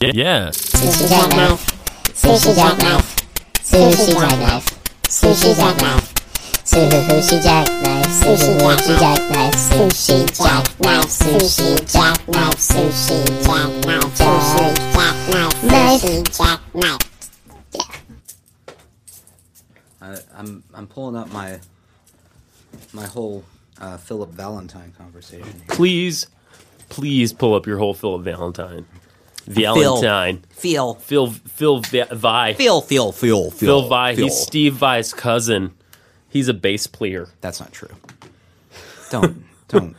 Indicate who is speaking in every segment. Speaker 1: Yes.
Speaker 2: Sushi jackknife. Sushi jackknife. Sushi jackknife. Sushi jackknife. Sushi jackknife. Sushi jackknife. Sushi jackknife. Sushi jackknife. Sushi jackknife. Sushi jackknife. Sushi jackknife.
Speaker 3: I, I'm I'm pulling up my my whole uh, Philip Valentine conversation. here.
Speaker 1: Please, please pull up your whole Philip Valentine. Valentine.
Speaker 3: Phil.
Speaker 1: Phil, Phil, Vi. Vi.
Speaker 3: Phil. Phil. Phil. Phil.
Speaker 1: Phil Vi. He's
Speaker 3: Phil.
Speaker 1: Steve Vi's cousin. He's a bass player.
Speaker 3: That's not true. Don't don't.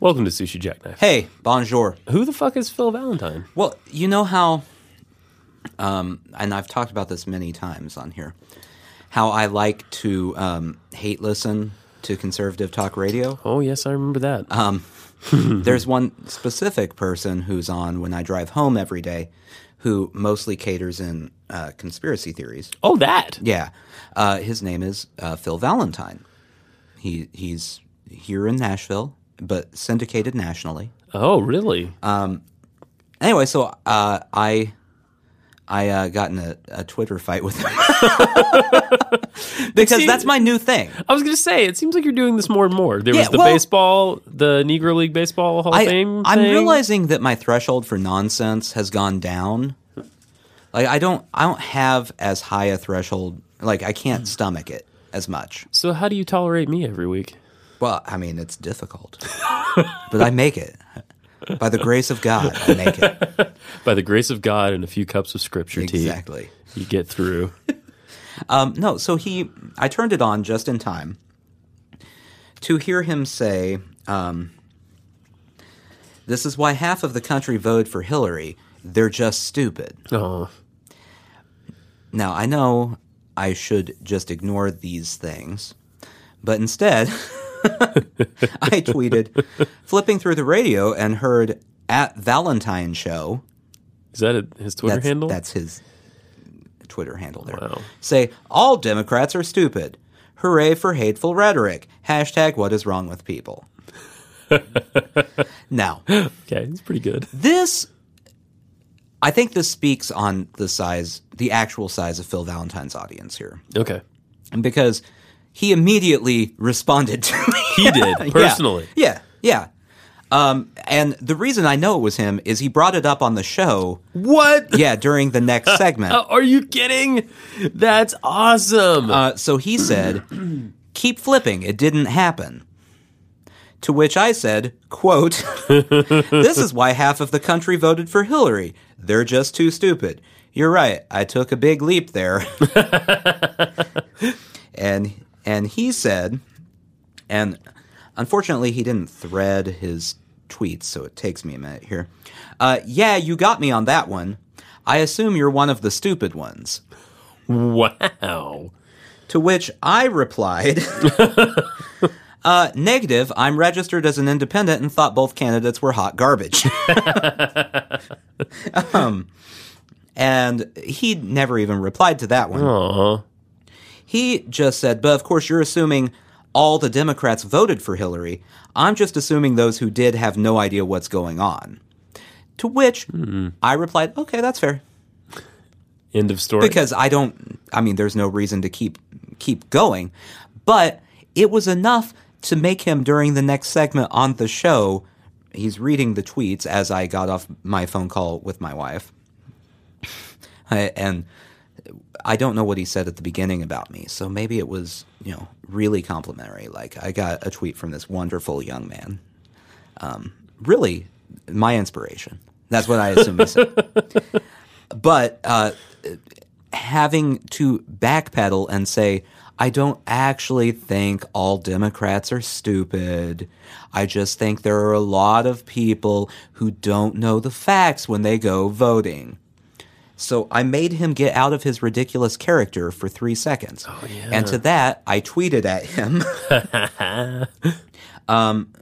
Speaker 1: Welcome to Sushi Jackknife.
Speaker 3: Hey, bonjour.
Speaker 1: Who the fuck is Phil Valentine?
Speaker 3: Well, you know how, um, and I've talked about this many times on here, how I like to um, hate listen to conservative talk radio.
Speaker 1: Oh, yes, I remember that.
Speaker 3: Uh, There's one specific person who's on when I drive home every day who mostly caters in uh, conspiracy theories.
Speaker 1: oh, that.
Speaker 3: Yeah. Uh, his name is uh, Phil Valentine. He, he's here in Nashville, but syndicated nationally.
Speaker 1: Oh, really?
Speaker 3: uh, Anyway, so uh, I I uh, got in a, a Twitter fight with him because
Speaker 1: See-
Speaker 3: that's my new thing.
Speaker 1: I was going to say, it seems like you're doing this more and more. There
Speaker 3: Yeah,
Speaker 1: was the
Speaker 3: well-
Speaker 1: baseball, the Negro League Baseball Hall of
Speaker 3: I,
Speaker 1: Fame.
Speaker 3: I'm
Speaker 1: thing.
Speaker 3: realizing that my threshold for nonsense has gone down. Like I don't I don't have as high a threshold. Like I can't stomach it as much.
Speaker 1: So, how do you tolerate me every week?
Speaker 3: Well, I mean it's difficult, but I make it by the grace of God. I make it
Speaker 1: By the grace of God and a few cups of scripture
Speaker 3: exactly.
Speaker 1: tea, you get through.
Speaker 3: Um, no, so he, I turned it on just in time to hear him say, um, "This is why half of the country voted for Hillary. They're just stupid."
Speaker 1: Oh,
Speaker 3: Now I know I should just ignore these things, but instead, I tweeted, flipping through the radio and heard at Valentine Show.
Speaker 1: is that a, his Twitter
Speaker 3: That's,
Speaker 1: handle?
Speaker 3: that's his Twitter handle there.
Speaker 1: Wow.
Speaker 3: Say, all Democrats are stupid. Hooray for hateful rhetoric. Hashtag what is wrong with people. now,
Speaker 1: okay. It's pretty good.
Speaker 3: this, I think this speaks on the size, the actual size of Phil Valentine's audience here.
Speaker 1: Okay,
Speaker 3: And because he immediately responded to me.
Speaker 1: he did personally.
Speaker 3: Yeah, yeah. Um, and the reason I know it was him is he brought it up on the show.
Speaker 1: What?
Speaker 3: Yeah, during the next segment.
Speaker 1: Are you kidding? That's awesome.
Speaker 3: Uh, so he said, "Keep flipping. It didn't happen." To which I said, "Quote: This is why half of the country voted for Hillary. They're just too stupid. You're right. I took a big leap there." and and he said, and unfortunately he didn't thread his tweets, so it takes me a minute here. Uh, yeah, you got me on that one. I assume you're one of the stupid ones.
Speaker 1: wow.
Speaker 3: To which I replied, uh, negative, I'm registered as an independent and thought both candidates were hot garbage. um, and he never even replied to that one.
Speaker 1: Aw.
Speaker 3: He just said, but of course you're assuming all the Democrats voted for Hillary. I'm just assuming those who did have no idea what's going on. To which I replied, okay, that's fair.
Speaker 1: End of story.
Speaker 3: because I don't. I mean, there's no reason to keep keep going, but it was enough to make him during the next segment on the show. He's reading the tweets as I got off my phone call with my wife, I, and I don't know what he said at the beginning about me. So maybe it was you know really complimentary. Like I got a tweet from this wonderful young man, um, really my inspiration. That's what I assume he said. But uh, having to backpedal and say, I don't actually think all Democrats are stupid. I just think there are a lot of people who don't know the facts when they go voting. So I made him get out of his ridiculous character for three seconds. And to that, I tweeted at him. Um,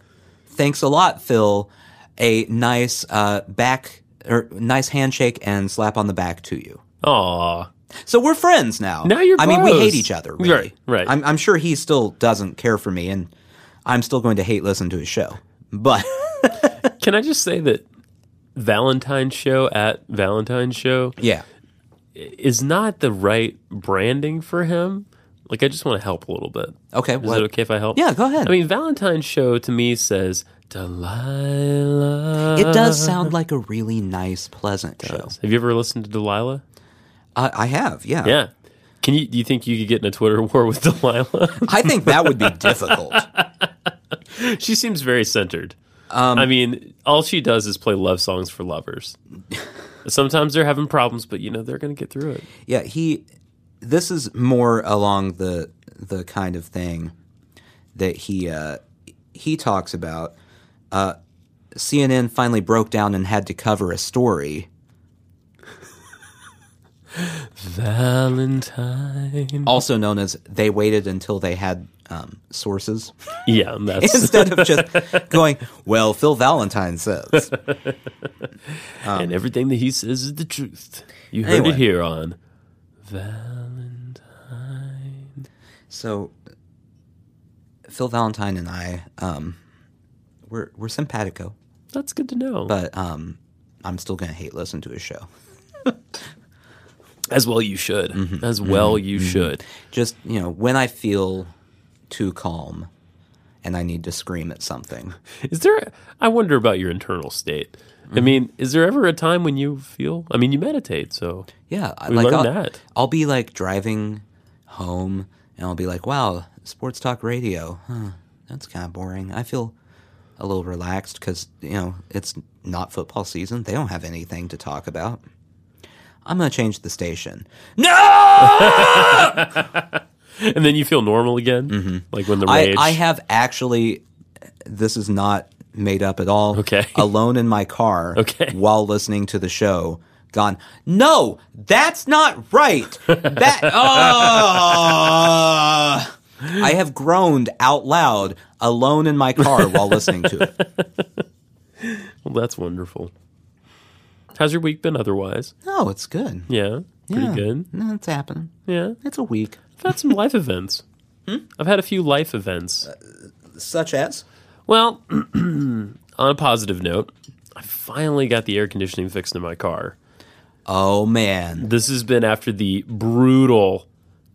Speaker 3: thanks a lot, Phil. A nice uh, back or nice handshake and slap on the back to you.
Speaker 1: Aw.
Speaker 3: So we're friends now.
Speaker 1: Now you're
Speaker 3: I mean, we
Speaker 1: bros.
Speaker 3: hate each other. Really.
Speaker 1: Right, right.
Speaker 3: I'm, I'm sure he still doesn't care for me, and I'm still going to hate listen to his show. But
Speaker 1: Can I just say that Valentine's show at Valentine's show
Speaker 3: Yeah.
Speaker 1: is not the right branding for him. Like, I just want to help a little bit.
Speaker 3: Okay.
Speaker 1: Is
Speaker 3: What?
Speaker 1: it okay if I help?
Speaker 3: Yeah, go ahead.
Speaker 1: I mean, Valentine's show to me says Delilah.
Speaker 3: It does sound like a really nice, pleasant show.
Speaker 1: Have you ever listened to Delilah?
Speaker 3: I, I have, yeah.
Speaker 1: Yeah. Can you? Do you think you could get in a Twitter war with Delilah?
Speaker 3: I think that would be difficult.
Speaker 1: she seems very centered.
Speaker 3: Um,
Speaker 1: I mean, all she does is play love songs for lovers. Sometimes they're having problems, but you know they're going to get through it.
Speaker 3: Yeah, he. This is more along the the kind of thing that he uh, he talks about. Uh, CNN finally broke down and had to cover a story.
Speaker 1: Valentine.
Speaker 3: also known as they waited until they had um, sources
Speaker 1: Yeah, and that's
Speaker 3: instead of just going, well, Phil Valentine says.
Speaker 1: and everything that he says is the truth. You heard
Speaker 3: um, Anyway.
Speaker 1: it here on.
Speaker 3: So Phil Valentine and I, um, we're, we're simpatico,
Speaker 1: That's good to know.
Speaker 3: but um, I'm still going to hate listen to his show.
Speaker 1: As well, you should.
Speaker 3: Mm-hmm.
Speaker 1: As well, you should.
Speaker 3: Just, you know, when I feel too calm and I need to scream at something.
Speaker 1: Is there? I wonder about your internal state. I
Speaker 3: Mm-hmm.
Speaker 1: mean, is there ever a time when you feel? I mean, you meditate, so
Speaker 3: Yeah, I-
Speaker 1: We
Speaker 3: like
Speaker 1: learned
Speaker 3: I'll,
Speaker 1: that.
Speaker 3: I'll be like driving home, and I'll be like, "Wow, sports talk radio. Huh, that's kind of boring. I feel a little relaxed because you know it's not football season. They don't have anything to talk about. I'm gonna change the station. No,
Speaker 1: and then you feel normal again, like when the
Speaker 3: Mm-hmm. I,
Speaker 1: rage.
Speaker 3: I have actually. This is not made up at all.
Speaker 1: Okay.
Speaker 3: alone in my car.
Speaker 1: Okay.
Speaker 3: while listening to the show. Gone. No, that's not right. That oh, I have groaned out loud alone in my car while listening to it.
Speaker 1: well, that's wonderful. How's your week been otherwise?
Speaker 3: No, it's good.
Speaker 1: Yeah, pretty
Speaker 3: Yeah.
Speaker 1: good.
Speaker 3: No, it's happening.
Speaker 1: Yeah,
Speaker 3: It's a week.
Speaker 1: I've had some life events.
Speaker 3: Hmm?
Speaker 1: I've had a few life events.
Speaker 3: Uh, Such as
Speaker 1: Well, on a positive note, I finally got the air conditioning fixed in my car.
Speaker 3: oh man,
Speaker 1: This has been after the brutal,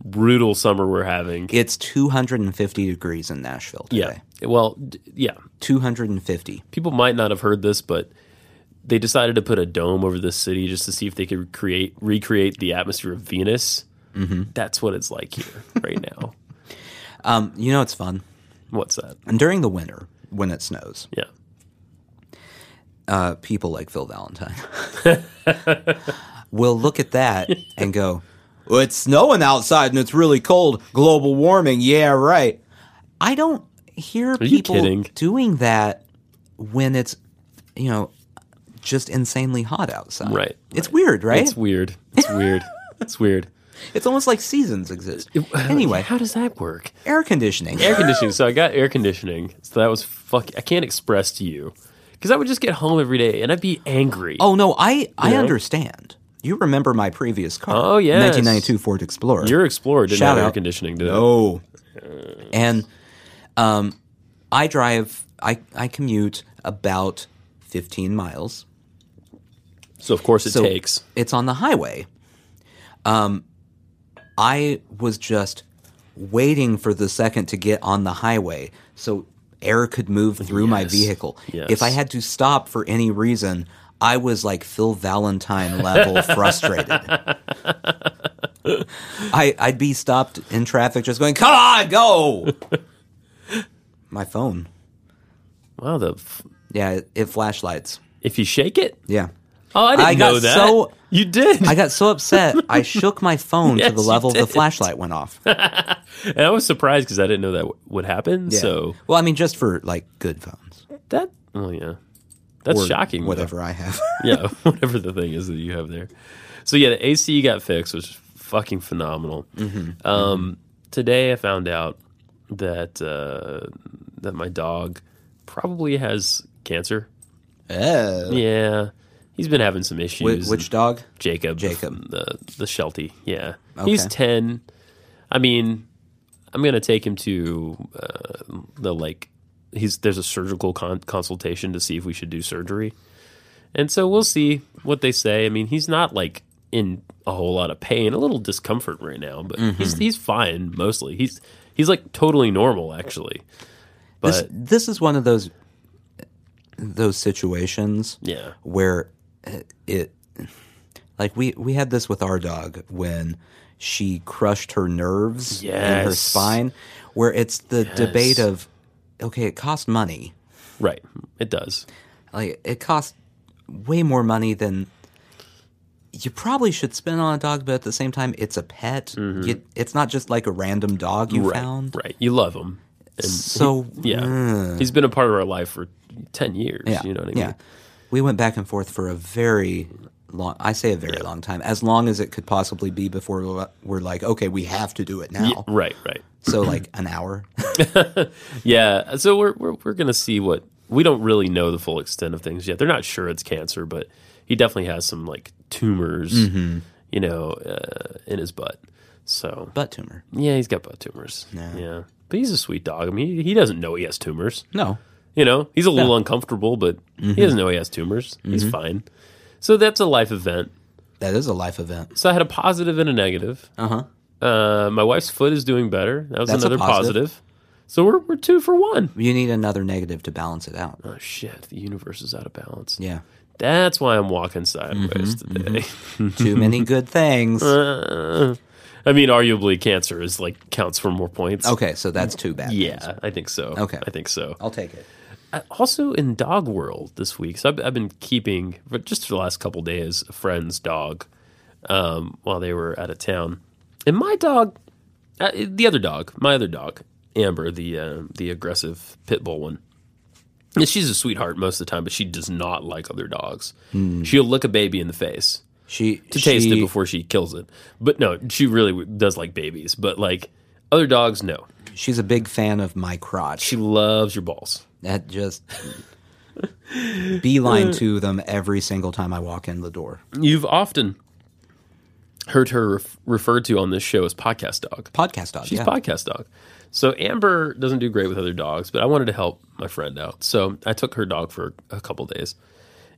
Speaker 1: brutal summer we're having.
Speaker 3: it's 250 degrees in Nashville
Speaker 1: yeah.
Speaker 3: today.
Speaker 1: Well, d- yeah.
Speaker 3: 250.
Speaker 1: People might not have heard this, but they decided to put a dome over the city just to see if they could create recreate the atmosphere of Venus.
Speaker 3: Mm-hmm.
Speaker 1: That's what it's like here right now.
Speaker 3: Um, you know it's fun.
Speaker 1: What's that?
Speaker 3: And during the winter when it snows,
Speaker 1: Yeah.
Speaker 3: uh, people like Phil Valentine will look at that and go, well, "It's snowing outside and it's really cold. Global warming, yeah, right." I don't hear
Speaker 1: you
Speaker 3: people
Speaker 1: kidding?
Speaker 3: doing that when it's you know just insanely hot outside.
Speaker 1: Right,
Speaker 3: It's weird, right?
Speaker 1: It's weird. It's weird. it's weird.
Speaker 3: it's almost like seasons exist. Anyway,
Speaker 1: how does that work?
Speaker 3: air conditioning.
Speaker 1: air conditioning. So I got air conditioning. So that was fuck. I can't express to you because I would just get home every day and I'd be angry.
Speaker 3: Oh no, I I
Speaker 1: Yeah.
Speaker 3: understand. You remember my previous car?
Speaker 1: Oh, yes.
Speaker 3: 1992 Ford Explorer.
Speaker 1: your Explorer didn't
Speaker 3: Shout
Speaker 1: have air
Speaker 3: out.
Speaker 1: conditioning, did it?
Speaker 3: No. And um, I drive, I, I commute about 15 miles.
Speaker 1: So of course it takes.
Speaker 3: It's on the highway. Um, I was just waiting for the second to get on the highway so air could move through my
Speaker 1: Yes.
Speaker 3: vehicle.
Speaker 1: Yes.
Speaker 3: If I had to stop for any reason, I was like Phil Valentine level frustrated. I, I'd be stopped in traffic just going, come on, go. my phone.
Speaker 1: Wow. The f-
Speaker 3: Yeah, it, it flashlights.
Speaker 1: if you shake it.
Speaker 3: Yeah.
Speaker 1: Oh, I didn't
Speaker 3: I got
Speaker 1: know that.
Speaker 3: so-
Speaker 1: you did.
Speaker 3: I got so upset, I shook my phone
Speaker 1: Yes,
Speaker 3: to the level
Speaker 1: you
Speaker 3: the
Speaker 1: did.
Speaker 3: flashlight went off.
Speaker 1: and I was surprised because I didn't know that w- would happen.
Speaker 3: Yeah.
Speaker 1: So
Speaker 3: well, I mean, just for like good phones,
Speaker 1: that. Oh yeah. That's
Speaker 3: or
Speaker 1: shocking. though.
Speaker 3: Whatever I have.
Speaker 1: yeah, whatever the thing is that you have there. So yeah, the AC got fixed, which is fucking phenomenal.
Speaker 3: Mm-hmm.
Speaker 1: Um, today I found out that uh, that my dog probably has cancer.
Speaker 3: oh.
Speaker 1: Yeah, he's been having some
Speaker 3: Wh-
Speaker 1: issues.
Speaker 3: which dog?
Speaker 1: Jacob?
Speaker 3: Jacob.
Speaker 1: the the Sheltie. Yeah, he's
Speaker 3: Okay.
Speaker 1: ten. I mean, I'm gonna take him to uh, the like. He's there's a surgical con- consultation to see if we should do surgery, And so we'll see what they say. I mean, he's not like in a whole lot of pain, a little discomfort right now, but
Speaker 3: Mm-hmm.
Speaker 1: he's he's fine mostly. He's he's like totally normal actually. But
Speaker 3: this this is one of those those situations
Speaker 1: yeah.
Speaker 3: where uh, it like we we had this with our dog when she crushed her nerves in her
Speaker 1: Yes.
Speaker 3: spine where it's the debate of okay it cost money
Speaker 1: Right. It does.
Speaker 3: like it costs way more money than you probably should spend on a dog but at the same time it's a pet You- it's not just like a random dog you
Speaker 1: Mm-hmm. Right.
Speaker 3: found
Speaker 1: Right. You love him. And
Speaker 3: so mm,
Speaker 1: yeah. He's been a part of our life for 10 years,
Speaker 3: Yeah.
Speaker 1: you know what I mean?
Speaker 3: Yeah. We went back and forth for a very long I say a very long time, as long as it could possibly be before we- we're like, okay, we have to do it now.
Speaker 1: Ye- Right, right.
Speaker 3: So like an hour.
Speaker 1: Yeah, so we're we're, we're going to see what we don't really know the full extent of things yet. They're not sure it's cancer, but he definitely has some like tumors,
Speaker 3: Mm-hmm.
Speaker 1: you know, uh, in his butt. So
Speaker 3: Butt tumor.
Speaker 1: yeah, he's got butt tumors. Yeah. but he's a sweet dog. I mean, he, he doesn't know he has tumors.
Speaker 3: No.
Speaker 1: You know, he's a little uncomfortable, but
Speaker 3: Mm-hmm.
Speaker 1: he doesn't know he has tumors. He's fine. So that's a life event.
Speaker 3: That is a life event.
Speaker 1: So I had a positive and a negative.
Speaker 3: Uh-huh.
Speaker 1: Uh, my wife's foot is doing better. That was
Speaker 3: That's a
Speaker 1: another
Speaker 3: positive.
Speaker 1: positive. So we're we're two for one.
Speaker 3: You need another negative to balance it out.
Speaker 1: Oh shit, the universe is out of balance.
Speaker 3: Yeah. Mm-hmm,
Speaker 1: That's why I'm walking sideways today.
Speaker 3: Too many good things.
Speaker 1: Uh. I mean, arguably cancer is like counts for more points.
Speaker 3: Okay, so that's too bad.
Speaker 1: Yeah, I think so.
Speaker 3: Okay.
Speaker 1: I think so.
Speaker 3: I'll take it.
Speaker 1: I- also in dog world this week so i've, I've been keeping but just for the last couple days a friend's dog um, while they were out of town and my dog uh, the other dog my other dog amber the uh, the aggressive pit bull one and she's a sweetheart most of the time but she does not like other dogs she'll look a baby in the face
Speaker 3: She
Speaker 1: to taste it before she kills it but no she really w- does like babies but like other dogs no
Speaker 3: She's a big fan of my crotch.
Speaker 1: she loves your balls
Speaker 3: that just beeline to them every single time I walk in the door.
Speaker 1: You've often heard her ref- referred to on this show as podcast dog.
Speaker 3: Podcast dog.
Speaker 1: She's
Speaker 3: yeah.
Speaker 1: podcast dog. So Amber doesn't do great with other dogs, but I wanted to help my friend out. So I took her dog for a couple days,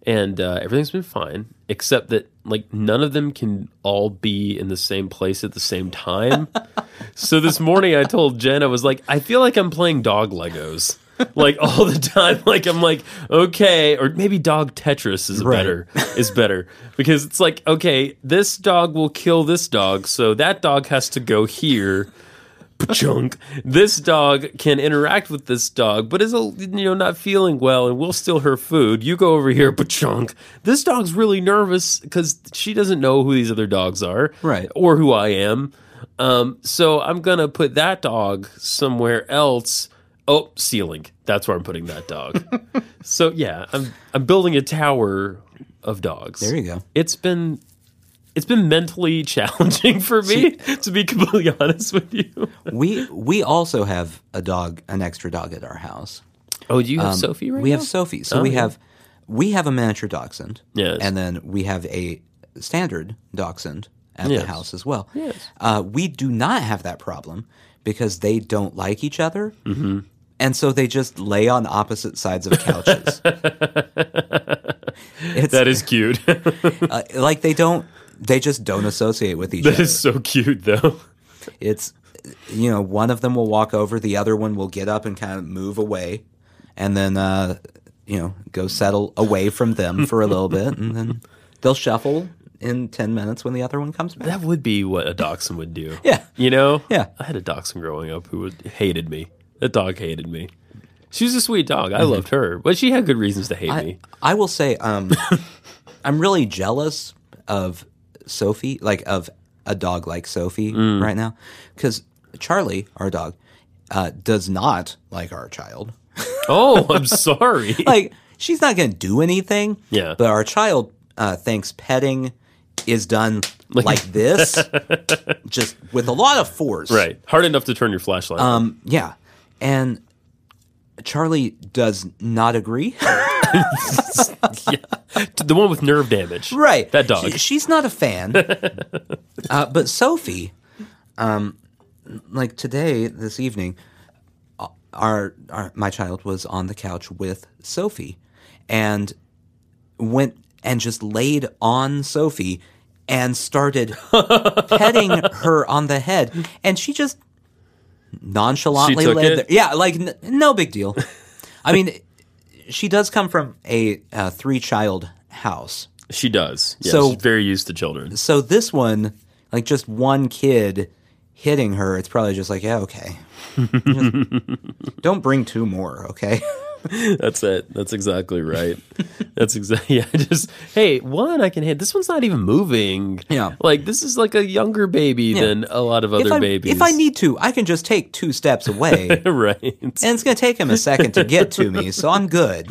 Speaker 1: and uh, everything's been fine except that like none of them can all be in the same place at the same time. so this morning I told Jen I was like, I feel like I'm playing dog Legos. like all the time, like I'm like okay, or maybe dog Tetris is
Speaker 3: Right.
Speaker 1: better is better because it's like okay, this dog will kill this dog, so that dog has to go here chunk. This dog can interact with this dog, but is you know not feeling well, and will steal her food. You go over here, chunk. This dog's really nervous because she doesn't know who these other dogs are,
Speaker 3: Right.
Speaker 1: or who I am. Um, so I'm gonna put that dog somewhere else. Oh, ceiling. That's where I'm putting that dog. so yeah, I'm I'm building a tower of dogs.
Speaker 3: There you go.
Speaker 1: It's been. It's been mentally challenging for me, to be completely honest with you.
Speaker 3: we we also have a dog, an extra dog at our house.
Speaker 1: Oh, do you have Sophie right
Speaker 3: Um, we
Speaker 1: now?
Speaker 3: have Sophie, so we
Speaker 1: Oh, yeah.
Speaker 3: have we have a miniature dachshund,
Speaker 1: Yes.
Speaker 3: and then we have a standard dachshund at
Speaker 1: Yes.
Speaker 3: the house as well.
Speaker 1: Yes.
Speaker 3: Uh, we do not have that problem because they don't like each other,
Speaker 1: Mm-hmm.
Speaker 3: and so they just lay on opposite sides of couches. it's
Speaker 1: that is cute. that
Speaker 3: uh, like they don't. They just don't associate with each other.
Speaker 1: is so cute, though.
Speaker 3: it's you know one of them will walk over the other one will get up and kind of move away and then uh you know go settle away from them for a little bit and then they'll shuffle in 10 minutes when the other one comes back
Speaker 1: That would be what a dachshund would do.
Speaker 3: Yeah.
Speaker 1: You know?
Speaker 3: Yeah.
Speaker 1: I had a dachshund growing up who would, hated me. That dog hated me. She was a sweet dog. I loved her, but she had good reasons to hate
Speaker 3: I,
Speaker 1: me.
Speaker 3: I will say um i'm really jealous of sophie like of a dog like sophie right now because charlie our dog uh, does not like our child
Speaker 1: Oh, I'm sorry.
Speaker 3: like she's not going to do anything.
Speaker 1: Yeah.
Speaker 3: But our child uh, thinks petting is done like this, just with a lot of force.
Speaker 1: right. Hard enough to turn your flashlight. on.
Speaker 3: Um, yeah. And Charlie does not agree.
Speaker 1: the one with nerve damage.
Speaker 3: right.
Speaker 1: That dog.
Speaker 3: She- she's not a fan. uh, but Sophie, um, like today, this evening, uh, our, our my child was on the couch with Sophie, and went and just laid on Sophie and started petting her on the head. And she just nonchalantly
Speaker 1: She took
Speaker 3: laid
Speaker 1: it?
Speaker 3: there. Yeah, like n- no big deal. I mean, she does come from a, uh three child house.
Speaker 1: She does. Yeah,
Speaker 3: So-
Speaker 1: she's very used to children.
Speaker 3: So this one, like just one kid hitting her, it's probably just like, yeah, okay. Just- don't bring two more, okay?
Speaker 1: That's it. That's exactly right. That's exactly. Yeah. Just hey, one I can hit. This one's not even moving.
Speaker 3: Yeah.
Speaker 1: Like this is like a younger baby than a lot of other
Speaker 3: if, I,
Speaker 1: babies.
Speaker 3: if I need to, I can just take two steps away. and
Speaker 1: right.
Speaker 3: it's going to take him a second to get to me, so I'm good.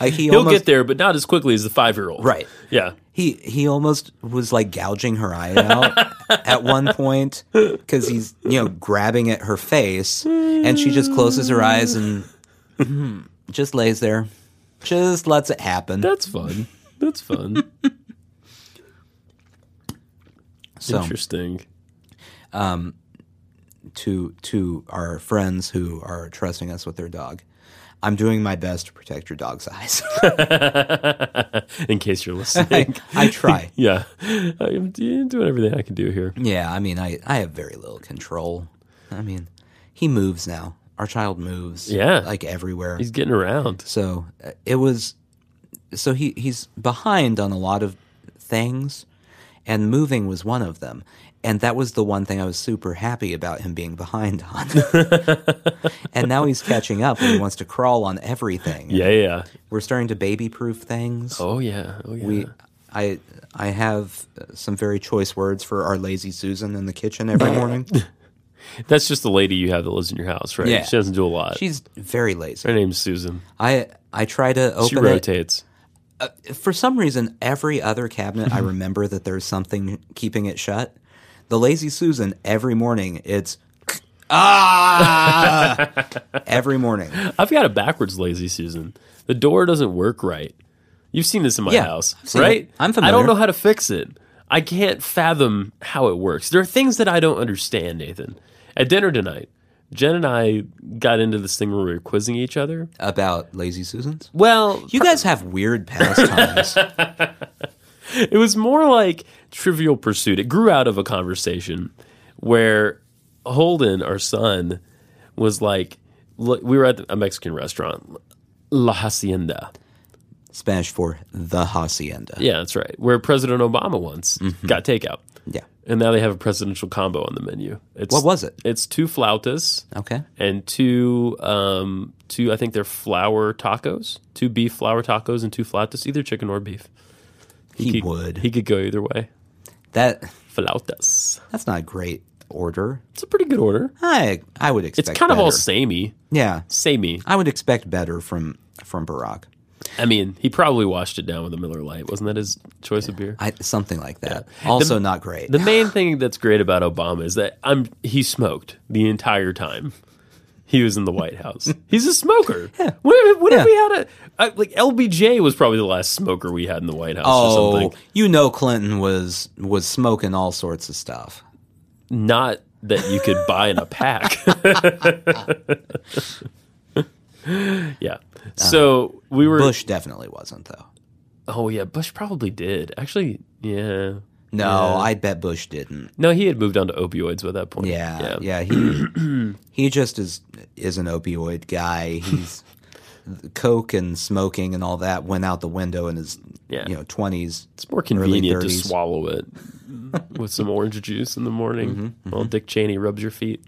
Speaker 3: Like he
Speaker 1: He'll
Speaker 3: almost,
Speaker 1: get there, but not as quickly as the five year old.
Speaker 3: Right.
Speaker 1: Yeah.
Speaker 3: He he almost was like gouging her eye out at one point because he's you know grabbing at her face, and she just closes her eyes and hmm, just lays there, just lets it happen.
Speaker 1: That's fun. That's fun.
Speaker 3: So
Speaker 1: Interesting.
Speaker 3: to to our friends who are trusting us with their dog, I'm doing my best to protect your dog's eyes.
Speaker 1: In case you're listening.
Speaker 3: I, I try.
Speaker 1: yeah. I'm doing everything I can do here.
Speaker 3: Yeah, I mean, I I have very little control. I mean, he moves now. Our child moves.
Speaker 1: Yeah.
Speaker 3: like everywhere.
Speaker 1: He's getting around.
Speaker 3: So uh, it was. So he he's behind on a lot of things, and moving was one of them. And that was the one thing I was super happy about him being behind on. and now he's catching up and he wants to crawl on everything.
Speaker 1: Yeah. Yeah.
Speaker 3: We're starting to baby proof things.
Speaker 1: Oh, yeah. Oh, yeah.
Speaker 3: We I I have uh, some very choice words for our lazy Susan in the kitchen every morning.
Speaker 1: That's just the lady you have that lives in your house, right?
Speaker 3: Yeah.
Speaker 1: She doesn't do a lot.
Speaker 3: She's very
Speaker 1: Her
Speaker 3: lazy.
Speaker 1: name's Susan.
Speaker 3: I I try to open
Speaker 1: She
Speaker 3: it
Speaker 1: rotates.
Speaker 3: for some reason, every other cabinet I remember that there's something keeping it shut. The Lazy Susan every morning, it's ah every morning.
Speaker 1: I've got a backwards lazy Susan. The door doesn't work right. You've seen this in my
Speaker 3: Yeah,
Speaker 1: house,
Speaker 3: I've seen
Speaker 1: right?
Speaker 3: it. I'm
Speaker 1: I
Speaker 3: familiar.
Speaker 1: don't know how to fix it. I can't fathom how it works. There are things that I don't understand, Nathan. At dinner tonight, Jen and I got into this thing where we were quizzing each other.
Speaker 3: About Lazy Susans,
Speaker 1: Well,
Speaker 3: you guys have weird pastimes.
Speaker 1: it was more like trivial pursuit. It grew out of a conversation where Holden, our son, was like, look, we were at a Mexican restaurant, La Hacienda.
Speaker 3: Spanish for the hacienda.
Speaker 1: Yeah, that's right. Where President Obama once
Speaker 3: Mm-hmm.
Speaker 1: got takeout.
Speaker 3: Yeah.
Speaker 1: And now they have a presidential combo on the menu. It's,
Speaker 3: What was it? Oh.
Speaker 1: It's two flautas
Speaker 3: Okay.
Speaker 1: and two, um, two I think they're flour tacos, two beef flour tacos and two flautas, either chicken or beef.
Speaker 3: He,
Speaker 1: could-
Speaker 3: would.
Speaker 1: He could go either way.
Speaker 3: that
Speaker 1: Flautas.
Speaker 3: that's not a great order.
Speaker 1: It's a pretty good order.
Speaker 3: I I would
Speaker 1: It's
Speaker 3: expect
Speaker 1: kind of all
Speaker 3: better.
Speaker 1: samey.
Speaker 3: yeah.
Speaker 1: Samey.
Speaker 3: I would expect better from from Barack.
Speaker 1: I mean, he probably washed it down with a Miller Lite. Wasn't that his choice of beer?
Speaker 3: I, something like that. Also not great.
Speaker 1: The main thing that's great about Obama is that I'm he smoked the entire time he was in the White House. He's a smoker. Yeah. What, if, what
Speaker 3: Yeah.
Speaker 1: if we had a I, like LBJ was probably the last smoker we had in the White House or
Speaker 3: Oh,
Speaker 1: something.
Speaker 3: you know Clinton was was smoking all sorts of stuff.
Speaker 1: Not that you could buy in a pack. yeah. So we were.
Speaker 3: Uh, Bush definitely wasn't though.
Speaker 1: Oh yeah, Bush probably did actually. Yeah.
Speaker 3: No, I bet Bush didn't.
Speaker 1: No, he had moved on to opioids by that point.
Speaker 3: Yeah, yeah, he he just is is an opioid guy. He's coke and smoking and all that went out the window in his
Speaker 1: Yeah.
Speaker 3: you know twenties.
Speaker 1: It's more convenient to swallow it with some orange juice in the morning while Dick Cheney rubs your feet.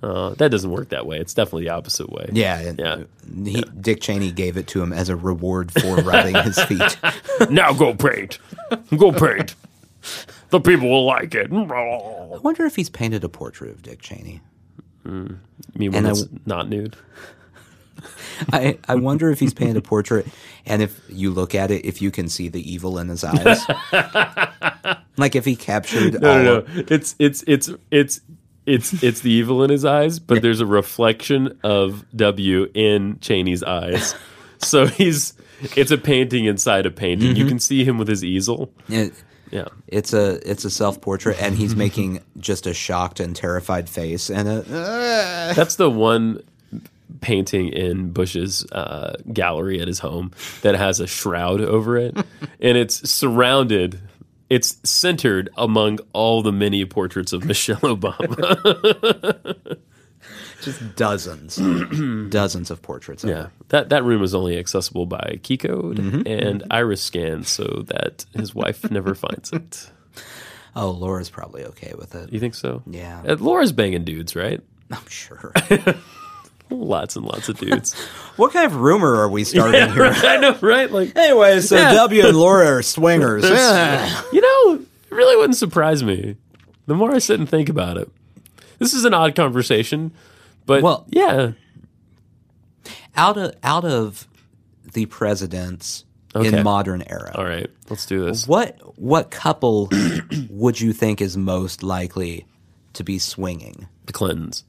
Speaker 1: Uh, that doesn't work that way. It's definitely the opposite way.
Speaker 3: Yeah, and
Speaker 1: Yeah.
Speaker 3: He, Dick Cheney gave it to him as a reward for rubbing his feet.
Speaker 1: now go paint. Go paint. The people will like it.
Speaker 3: I wonder if he's painted a portrait of Dick Cheney.
Speaker 1: Meanwhile,
Speaker 3: And I
Speaker 1: it's
Speaker 3: w-
Speaker 1: not nude.
Speaker 3: I, I wonder if he's painted a portrait and if you look at it, if you can see the evil in his eyes. like if he captured all
Speaker 1: No, no,
Speaker 3: of-
Speaker 1: no. It's it's it's it's it's it's the evil in his eyes, but there's a reflection of W in Cheney's eyes. So he's it's a painting inside a painting. You can see him with his easel.
Speaker 3: it-
Speaker 1: Mm-hmm. Yeah.
Speaker 3: it's a it's a self portrait and he's uh, making just a shocked and terrified face and a,
Speaker 1: That's the one painting in Bush's uh, gallery at his home that has a shroud over it, and it's surrounded. It's centered among all the many portraits of Michelle Obama.
Speaker 3: Just dozens, dozens of portraits. Of her.
Speaker 1: yeah, that that room is only accessible by key code and iris scan, so that his wife never finds it.
Speaker 3: Oh, Laura's probably okay with it.
Speaker 1: You think so?
Speaker 3: Yeah.
Speaker 1: Uh, Laura's banging dudes, right?
Speaker 3: I'm sure.
Speaker 1: Lots and lots of dudes.
Speaker 3: what kind of rumor are we starting here?
Speaker 1: I know, right? Like,
Speaker 3: Anyway, so
Speaker 1: Yeah.
Speaker 3: W and Laura are swingers. Yeah.
Speaker 1: you know, it really wouldn't surprise me. The more I sit and think about it, this is an odd conversation, but
Speaker 3: Well-
Speaker 1: yeah,
Speaker 3: out of out of the presidents
Speaker 1: Okay.
Speaker 3: in modern era.
Speaker 1: all right, let's do this.
Speaker 3: What what couple would you think is most likely to be swinging?
Speaker 1: The Clintons,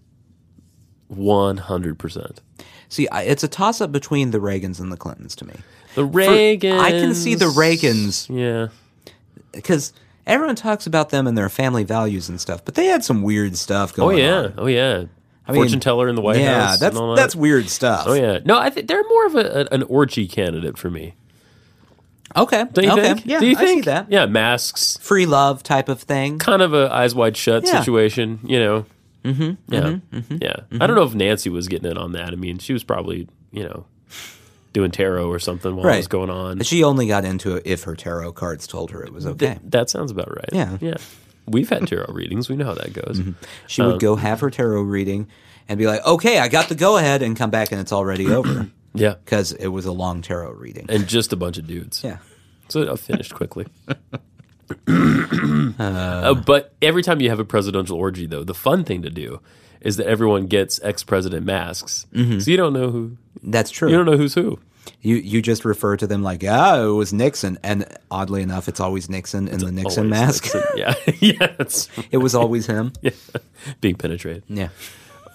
Speaker 1: one hundred percent.
Speaker 3: See, I, it's a toss up between the Reagans and the Clintons to me.
Speaker 1: The Reagans,
Speaker 3: I can see the Reagans
Speaker 1: Yeah,
Speaker 3: because everyone talks about them and their family values and stuff, but they had some weird stuff
Speaker 1: oh
Speaker 3: going
Speaker 1: yeah,
Speaker 3: on.
Speaker 1: oh yeah.
Speaker 3: mean,
Speaker 1: Fortune teller in the White
Speaker 3: yeah,
Speaker 1: House.
Speaker 3: that's
Speaker 1: and all that.
Speaker 3: that's weird stuff.
Speaker 1: Oh yeah, no, I think they're more of a, a- an orgy candidate for me.
Speaker 3: Okay.
Speaker 1: Don't you
Speaker 3: okay.
Speaker 1: think?
Speaker 3: Yeah,
Speaker 1: Do you
Speaker 3: I see
Speaker 1: think
Speaker 3: that.
Speaker 1: Yeah, masks.
Speaker 3: Free love type of thing.
Speaker 1: kind of a eyes wide shut
Speaker 3: Yeah.
Speaker 1: situation, you know. Mm-hmm, yeah, yeah.
Speaker 3: mm-hmm,
Speaker 1: I don't know if Nancy was getting in on that. I mean, she was probably you know doing tarot or something while it was
Speaker 3: Right.
Speaker 1: going on.
Speaker 3: But she only got into it if her tarot cards told her it was okay.
Speaker 1: that sounds about right.
Speaker 3: Yeah. Mm-hmm.
Speaker 1: yeah. We've had tarot readings. We know how that goes.
Speaker 3: She would go have her tarot reading and be like, okay, I got the go ahead, and come back and it's already over
Speaker 1: Yeah,
Speaker 3: because it was a long tarot reading.
Speaker 1: and just a bunch of dudes.
Speaker 3: Yeah.
Speaker 1: So I finished quickly. Uh, but every time you have a presidential orgy, though, the fun thing to do is that everyone gets ex-president masks,
Speaker 3: Mm-hmm.
Speaker 1: so you don't know who
Speaker 3: That's
Speaker 1: you
Speaker 3: true.
Speaker 1: don't know who's who.
Speaker 3: You you just refer to them like, ah, it was Nixon. And oddly enough, it's always Nixon in the Nixon
Speaker 1: Always
Speaker 3: mask.
Speaker 1: Nixon. Yeah, yeah, that's
Speaker 3: it was always him. Yeah.
Speaker 1: being penetrated.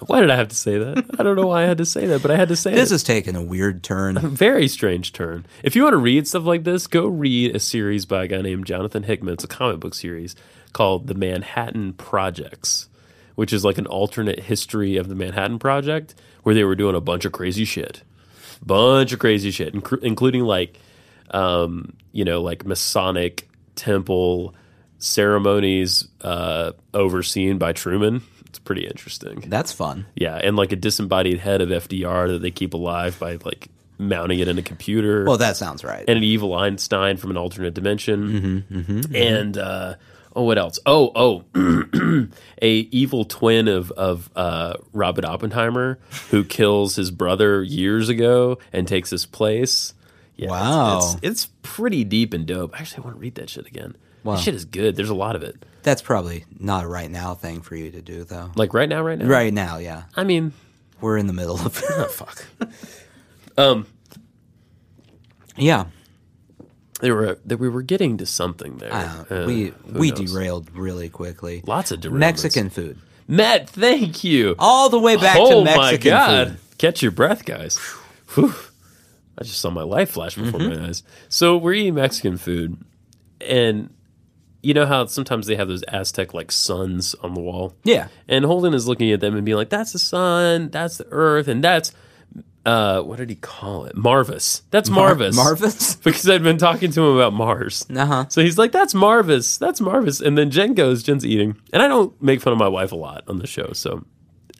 Speaker 1: Why did I have to say that? I don't know why I had to say that, but I had to say
Speaker 3: This
Speaker 1: it.
Speaker 3: has taken a weird turn.
Speaker 1: Very strange turn. If you want to read stuff like this, go read a series by a guy named Jonathan Hickman. It's a comic book series called The Manhattan Projects, which is like an alternate history of the Manhattan Project where they were doing a bunch of crazy shit. Bunch of crazy shit, inc- including like, um, you know, like Masonic temple ceremonies uh, overseen by Truman. It's pretty interesting.
Speaker 3: That's fun.
Speaker 1: Yeah, and like a disembodied head of FDR that they keep alive by like mounting it in a computer.
Speaker 3: Well, that sounds right.
Speaker 1: and an evil Einstein from an alternate dimension.
Speaker 3: Mm-hmm,
Speaker 1: And uh, oh, what else? Oh, oh, a evil twin of of uh, Robert Oppenheimer who kills his brother years ago and takes his place. Yeah, it's-
Speaker 3: Wow.
Speaker 1: it's, it's pretty deep and dope. Actually, I want to read that shit again.
Speaker 3: Wow.
Speaker 1: That shit is good. There's a lot of it.
Speaker 3: That's probably not a right now thing for you to do, though.
Speaker 1: Like right now, right now.
Speaker 3: Right now, yeah.
Speaker 1: I mean,
Speaker 3: We're in the middle of
Speaker 1: oh, fuck. Um,
Speaker 3: Yeah.
Speaker 1: They were that we were getting to something there.
Speaker 3: Uh,
Speaker 1: Uh,
Speaker 3: we
Speaker 1: who
Speaker 3: we
Speaker 1: knows?
Speaker 3: derailed really quickly.
Speaker 1: lots of derailments.
Speaker 3: Mexican food.
Speaker 1: Matt, thank you.
Speaker 3: All the way back
Speaker 1: oh
Speaker 3: to Mexican
Speaker 1: my god!
Speaker 3: food.
Speaker 1: Catch your breath, guys. Whew. I just saw my life flash before
Speaker 3: Mm-hmm.
Speaker 1: my eyes. So we're eating Mexican food, and you know how sometimes they have those Aztec like suns on the wall.
Speaker 3: Yeah.
Speaker 1: And Holden is looking at them and being like, "That's the sun. That's the earth. And that's uh, what did he call it? Marvis. That's Marvis.
Speaker 3: Marvis?
Speaker 1: because I'd been talking to him about Mars.
Speaker 3: Uh-huh.
Speaker 1: So he's like, "That's Marvis. That's Marvis." And then Jen goes, "Jen's eating," and I don't make fun of my wife a lot on the show, so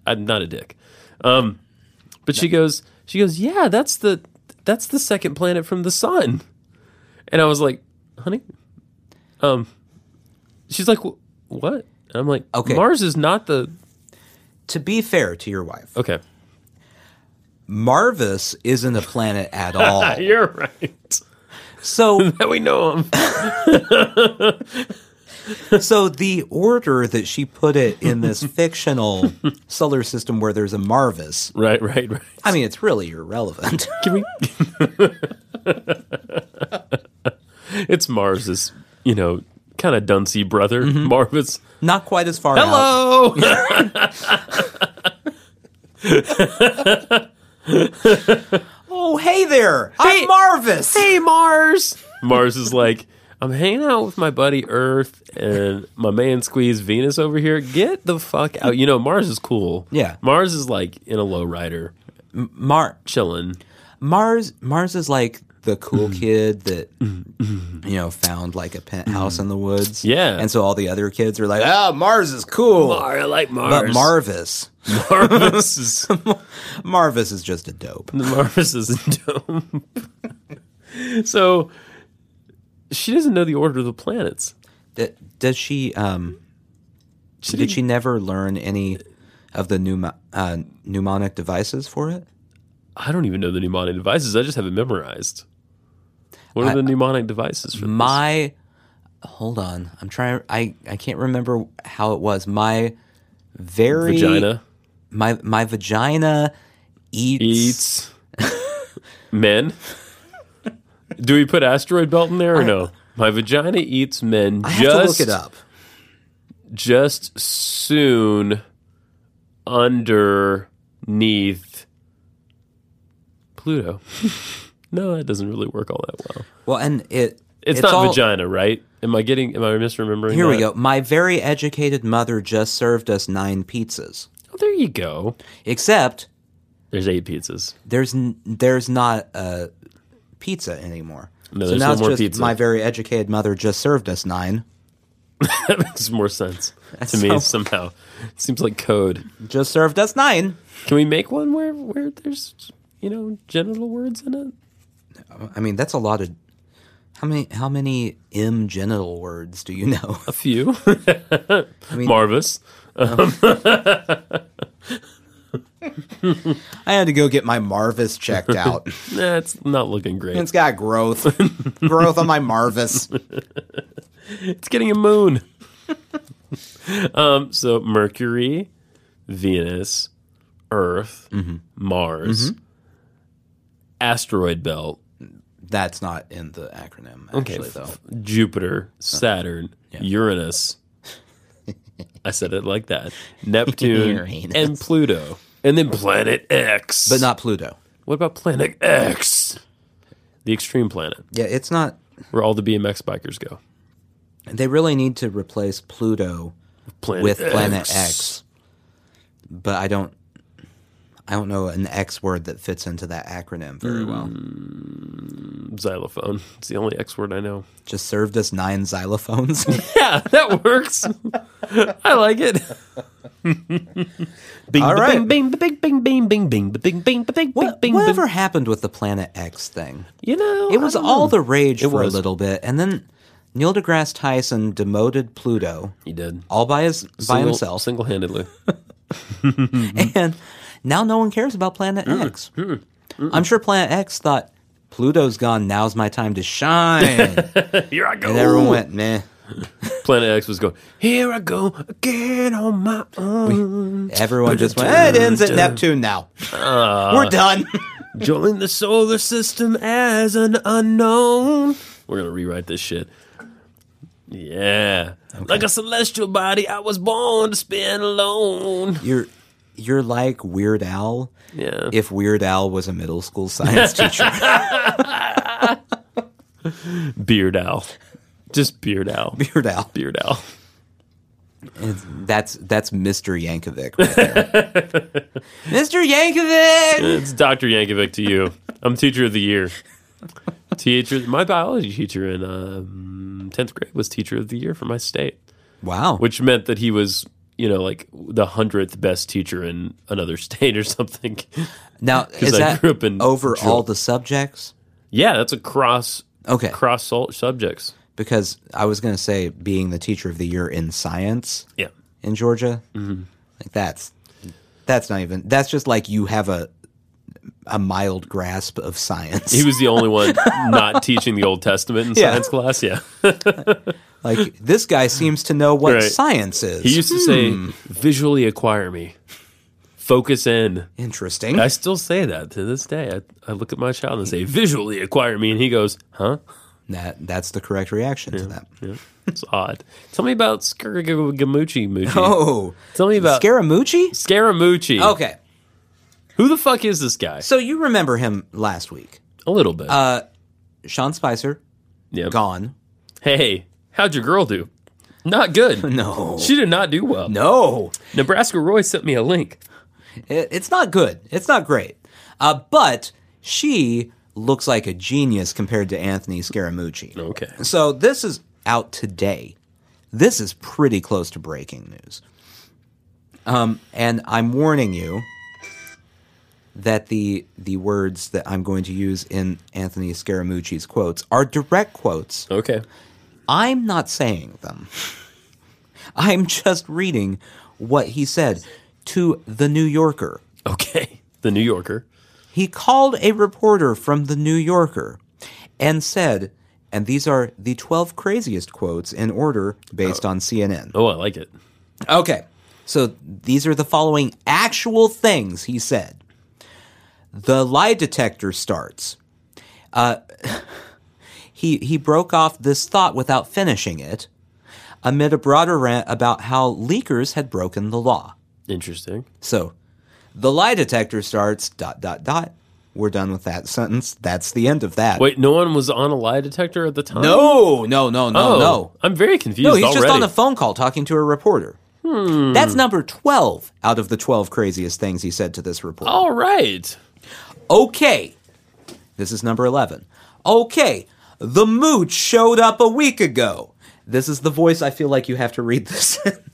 Speaker 1: I'm not a dick. Um, but she goes, she goes, "Yeah, that's the that's the second planet from the sun," and I was like, "Honey," um, she's like, "Wh- "What?" And I'm like,
Speaker 3: Okay.
Speaker 1: Mars is not the
Speaker 3: To be fair to your wife,
Speaker 1: okay."
Speaker 3: Marvis isn't a planet at all.
Speaker 1: You're right.
Speaker 3: so
Speaker 1: That we know him.
Speaker 3: so the order that she put it in this fictional solar system where there's a Marvis,
Speaker 1: right, right, right.
Speaker 3: I mean it's really irrelevant.
Speaker 1: Can we? it's Mars's, you know, kind of duncy brother, Marvis.
Speaker 3: Not quite as far out.
Speaker 1: Mm-hmm. Hello.
Speaker 3: Oh, hey there.
Speaker 1: Hey.
Speaker 3: I'm Marvis.
Speaker 1: hey, Mars. Mars is like, I'm hanging out with my buddy Earth and my man Squeeze Venus over here. Get the fuck out. You know, Mars is cool.
Speaker 3: Yeah.
Speaker 1: Mars is like in a low rider.
Speaker 3: Mar-
Speaker 1: chilling.
Speaker 3: Mars Mars is like the cool kid that you know found like a penthouse in the woods.
Speaker 1: Yeah.
Speaker 3: and so all the other kids are like, "Ah, Mars is cool."
Speaker 1: Mar, I like
Speaker 3: But
Speaker 1: Mars.
Speaker 3: Marvis,
Speaker 1: Marvis is
Speaker 3: Marvis is just a dope.
Speaker 1: Marvis is dope. so she doesn't know the order of the planets.
Speaker 3: D- Does she? Um, did she never learn any of the pneuma- uh, mnemonic devices for it?
Speaker 1: I don't even know the mnemonic devices. I just have it memorized. What are the mnemonic devices for this?
Speaker 3: My, hold on, I'm trying. I I can't remember how it was. My very
Speaker 1: vagina?
Speaker 3: My my vagina e eats.
Speaker 1: Eats men. Do we put asteroid belt in there or no? My vagina eats men.
Speaker 3: I
Speaker 1: just
Speaker 3: have to look it up.
Speaker 1: just soon underneath Pluto. no, that doesn't really work all that well.
Speaker 3: Well, and it
Speaker 1: It's, not
Speaker 3: all-
Speaker 1: vagina, right? Am I getting? Am I misremembering?
Speaker 3: Here we
Speaker 1: that?
Speaker 3: go. My very educated mother just served us nine pizzas.
Speaker 1: Oh, there you go.
Speaker 3: Except
Speaker 1: There's eight pizzas.
Speaker 3: there's n- there's not a pizza anymore.
Speaker 1: No,
Speaker 3: so
Speaker 1: there's
Speaker 3: now
Speaker 1: no
Speaker 3: it's
Speaker 1: more
Speaker 3: just
Speaker 1: pizza.
Speaker 3: my very educated mother just served us nine.
Speaker 1: that makes more sense to me
Speaker 3: so-
Speaker 1: somehow. It seems like code.
Speaker 3: Just served us nine.
Speaker 1: Can we make one where where there's you know genital words in it?
Speaker 3: I mean, that's a lot of how many how many m genital words do you know?
Speaker 1: A few.
Speaker 3: mean-
Speaker 1: Marvis.
Speaker 3: I had to go get my Marvis checked out.
Speaker 1: Nah, it's not looking great.
Speaker 3: it's got growth, growth on my Marvis.
Speaker 1: It's getting a moon. um, so Mercury, Venus, Earth,
Speaker 3: Mm-hmm.
Speaker 1: Mars, asteroid belt,
Speaker 3: That's not in the acronym actually, though.
Speaker 1: Jupiter, Saturn, Uranus. I said it like that. Neptune
Speaker 3: Uranus.
Speaker 1: and Pluto, and then Planet X.
Speaker 3: But not Pluto.
Speaker 1: what about Planet X? The extreme planet
Speaker 3: Yeah, it's not.
Speaker 1: where all the BMX bikers go.
Speaker 3: They really need to replace Pluto
Speaker 1: Planet
Speaker 3: with Planet X. But I don't. I don't know an X word that fits into that acronym very well.
Speaker 1: Xylophone. It's the only X word I know.
Speaker 3: Just served us nine xylophones.
Speaker 1: Yeah, that works. I like it. bing,
Speaker 3: All right.
Speaker 1: Bing, bing, bing, bing, bing, bing, bing, bing, bing, bing,
Speaker 3: what,
Speaker 1: bing,
Speaker 3: whatever
Speaker 1: bing.
Speaker 3: happened with the Planet X thing?
Speaker 1: You know,
Speaker 3: It was all the rage for
Speaker 1: was.
Speaker 3: a little bit, and then Neil deGrasse Tyson demoted Pluto
Speaker 1: he did
Speaker 3: all by his by himself,
Speaker 1: single handedly.
Speaker 3: and now no one cares about Planet X. I'm sure Planet X thought Pluto's gone. Now's my time to shine.
Speaker 1: Here I go.
Speaker 3: And everyone went, meh.
Speaker 1: Planet X was going. Here I go again on my own.
Speaker 3: Everyone just went, "Eh, it ends at Neptune now.
Speaker 1: Uh.
Speaker 3: We're done.
Speaker 1: Join the solar system as an unknown. We're gonna rewrite this shit. Yeah, like a celestial body, I was born to spin alone.
Speaker 3: you're you're like Weird Al.
Speaker 1: Yeah.
Speaker 3: If Weird Al was a middle school science teacher.
Speaker 1: Beard Owl. Just Beard Owl.
Speaker 3: Weird Al.
Speaker 1: Beard Owl.
Speaker 3: It's- That's that's Mr. Yankovic right there. Mr. Yankovic!
Speaker 1: It's Dr. Yankovic to you. I'm teacher of the year. Teacher, my biology teacher in um, 10th grade was teacher of the year for my state,
Speaker 3: Wow.
Speaker 1: which meant that he was, you know, like the 100th best teacher in another state or something.
Speaker 3: Now is
Speaker 1: I
Speaker 3: that
Speaker 1: grew up in
Speaker 3: over
Speaker 1: Georgia.
Speaker 3: all the subjects?
Speaker 1: Yeah, that's a cross
Speaker 3: Okay.
Speaker 1: cross sol- subjects.
Speaker 3: Because I was gonna say being the teacher of the year in science
Speaker 1: Yeah.
Speaker 3: in Georgia.
Speaker 1: Mm-hmm.
Speaker 3: Like that's that's not even that's just like you have a a mild grasp of science.
Speaker 1: He was the only one not teaching the Old Testament in
Speaker 3: Yeah.
Speaker 1: science class. Yeah.
Speaker 3: like this guy seems to know what
Speaker 1: Right.
Speaker 3: science is.
Speaker 1: He used to say, visually acquire me, focus in.
Speaker 3: Interesting.
Speaker 1: I still say that to this day. I, I look at my child and say, visually acquire me. And he goes, huh?
Speaker 3: that that's the correct reaction to that.
Speaker 1: Yeah, it's odd. Tell me about Scaramucci Moochie.
Speaker 3: Oh,
Speaker 1: Tell me about
Speaker 3: Scaramucci?
Speaker 1: Scaramucci.
Speaker 3: Okay.
Speaker 1: Who the fuck is this guy?
Speaker 3: So you remember him last week.
Speaker 1: A little bit.
Speaker 3: Sean Spicer,
Speaker 1: Yep.
Speaker 3: gone.
Speaker 1: Hey, how'd your girl do? Not good.
Speaker 3: No.
Speaker 1: She did not do well.
Speaker 3: No.
Speaker 1: Nebraska Roy sent me a link.
Speaker 3: It, it's not good. It's not great. Uh, but she looks like a genius compared to Anthony Scaramucci.
Speaker 1: Okay.
Speaker 3: So this is out today. This is pretty close to breaking news. Um, and I'm warning you that the the words that I'm going to use in Anthony Scaramucci's quotes are direct quotes.
Speaker 1: Okay.
Speaker 3: I'm not saying them. I'm just reading what he said to the New Yorker.
Speaker 1: Okay. The New Yorker.
Speaker 3: He called a reporter from The New Yorker and said, and these are the 12 craziest quotes in order based on CNN.
Speaker 1: Oh, I like it.
Speaker 3: Okay, so these are the following actual things he said. The lie detector starts. Uh, he, he broke off this thought without finishing it amid a broader rant about how leakers had broken the law.
Speaker 1: Interesting.
Speaker 3: So the lie detector starts dot dot dot. We're done with that sentence. That's the end of that.
Speaker 1: Wait, no one was on a lie detector at the time?
Speaker 3: No, no, no, no,
Speaker 1: Oh,
Speaker 3: no.
Speaker 1: I'm very confused
Speaker 3: No, he's
Speaker 1: already. Hmm.
Speaker 3: just on a phone call talking to a reporter. That's number 12 out of the 12 craziest things he said to this reporter.
Speaker 1: All right.
Speaker 3: Okay. This is number 11. Okay. The mooch showed up a week ago. This is the voice I feel like you have to read this in.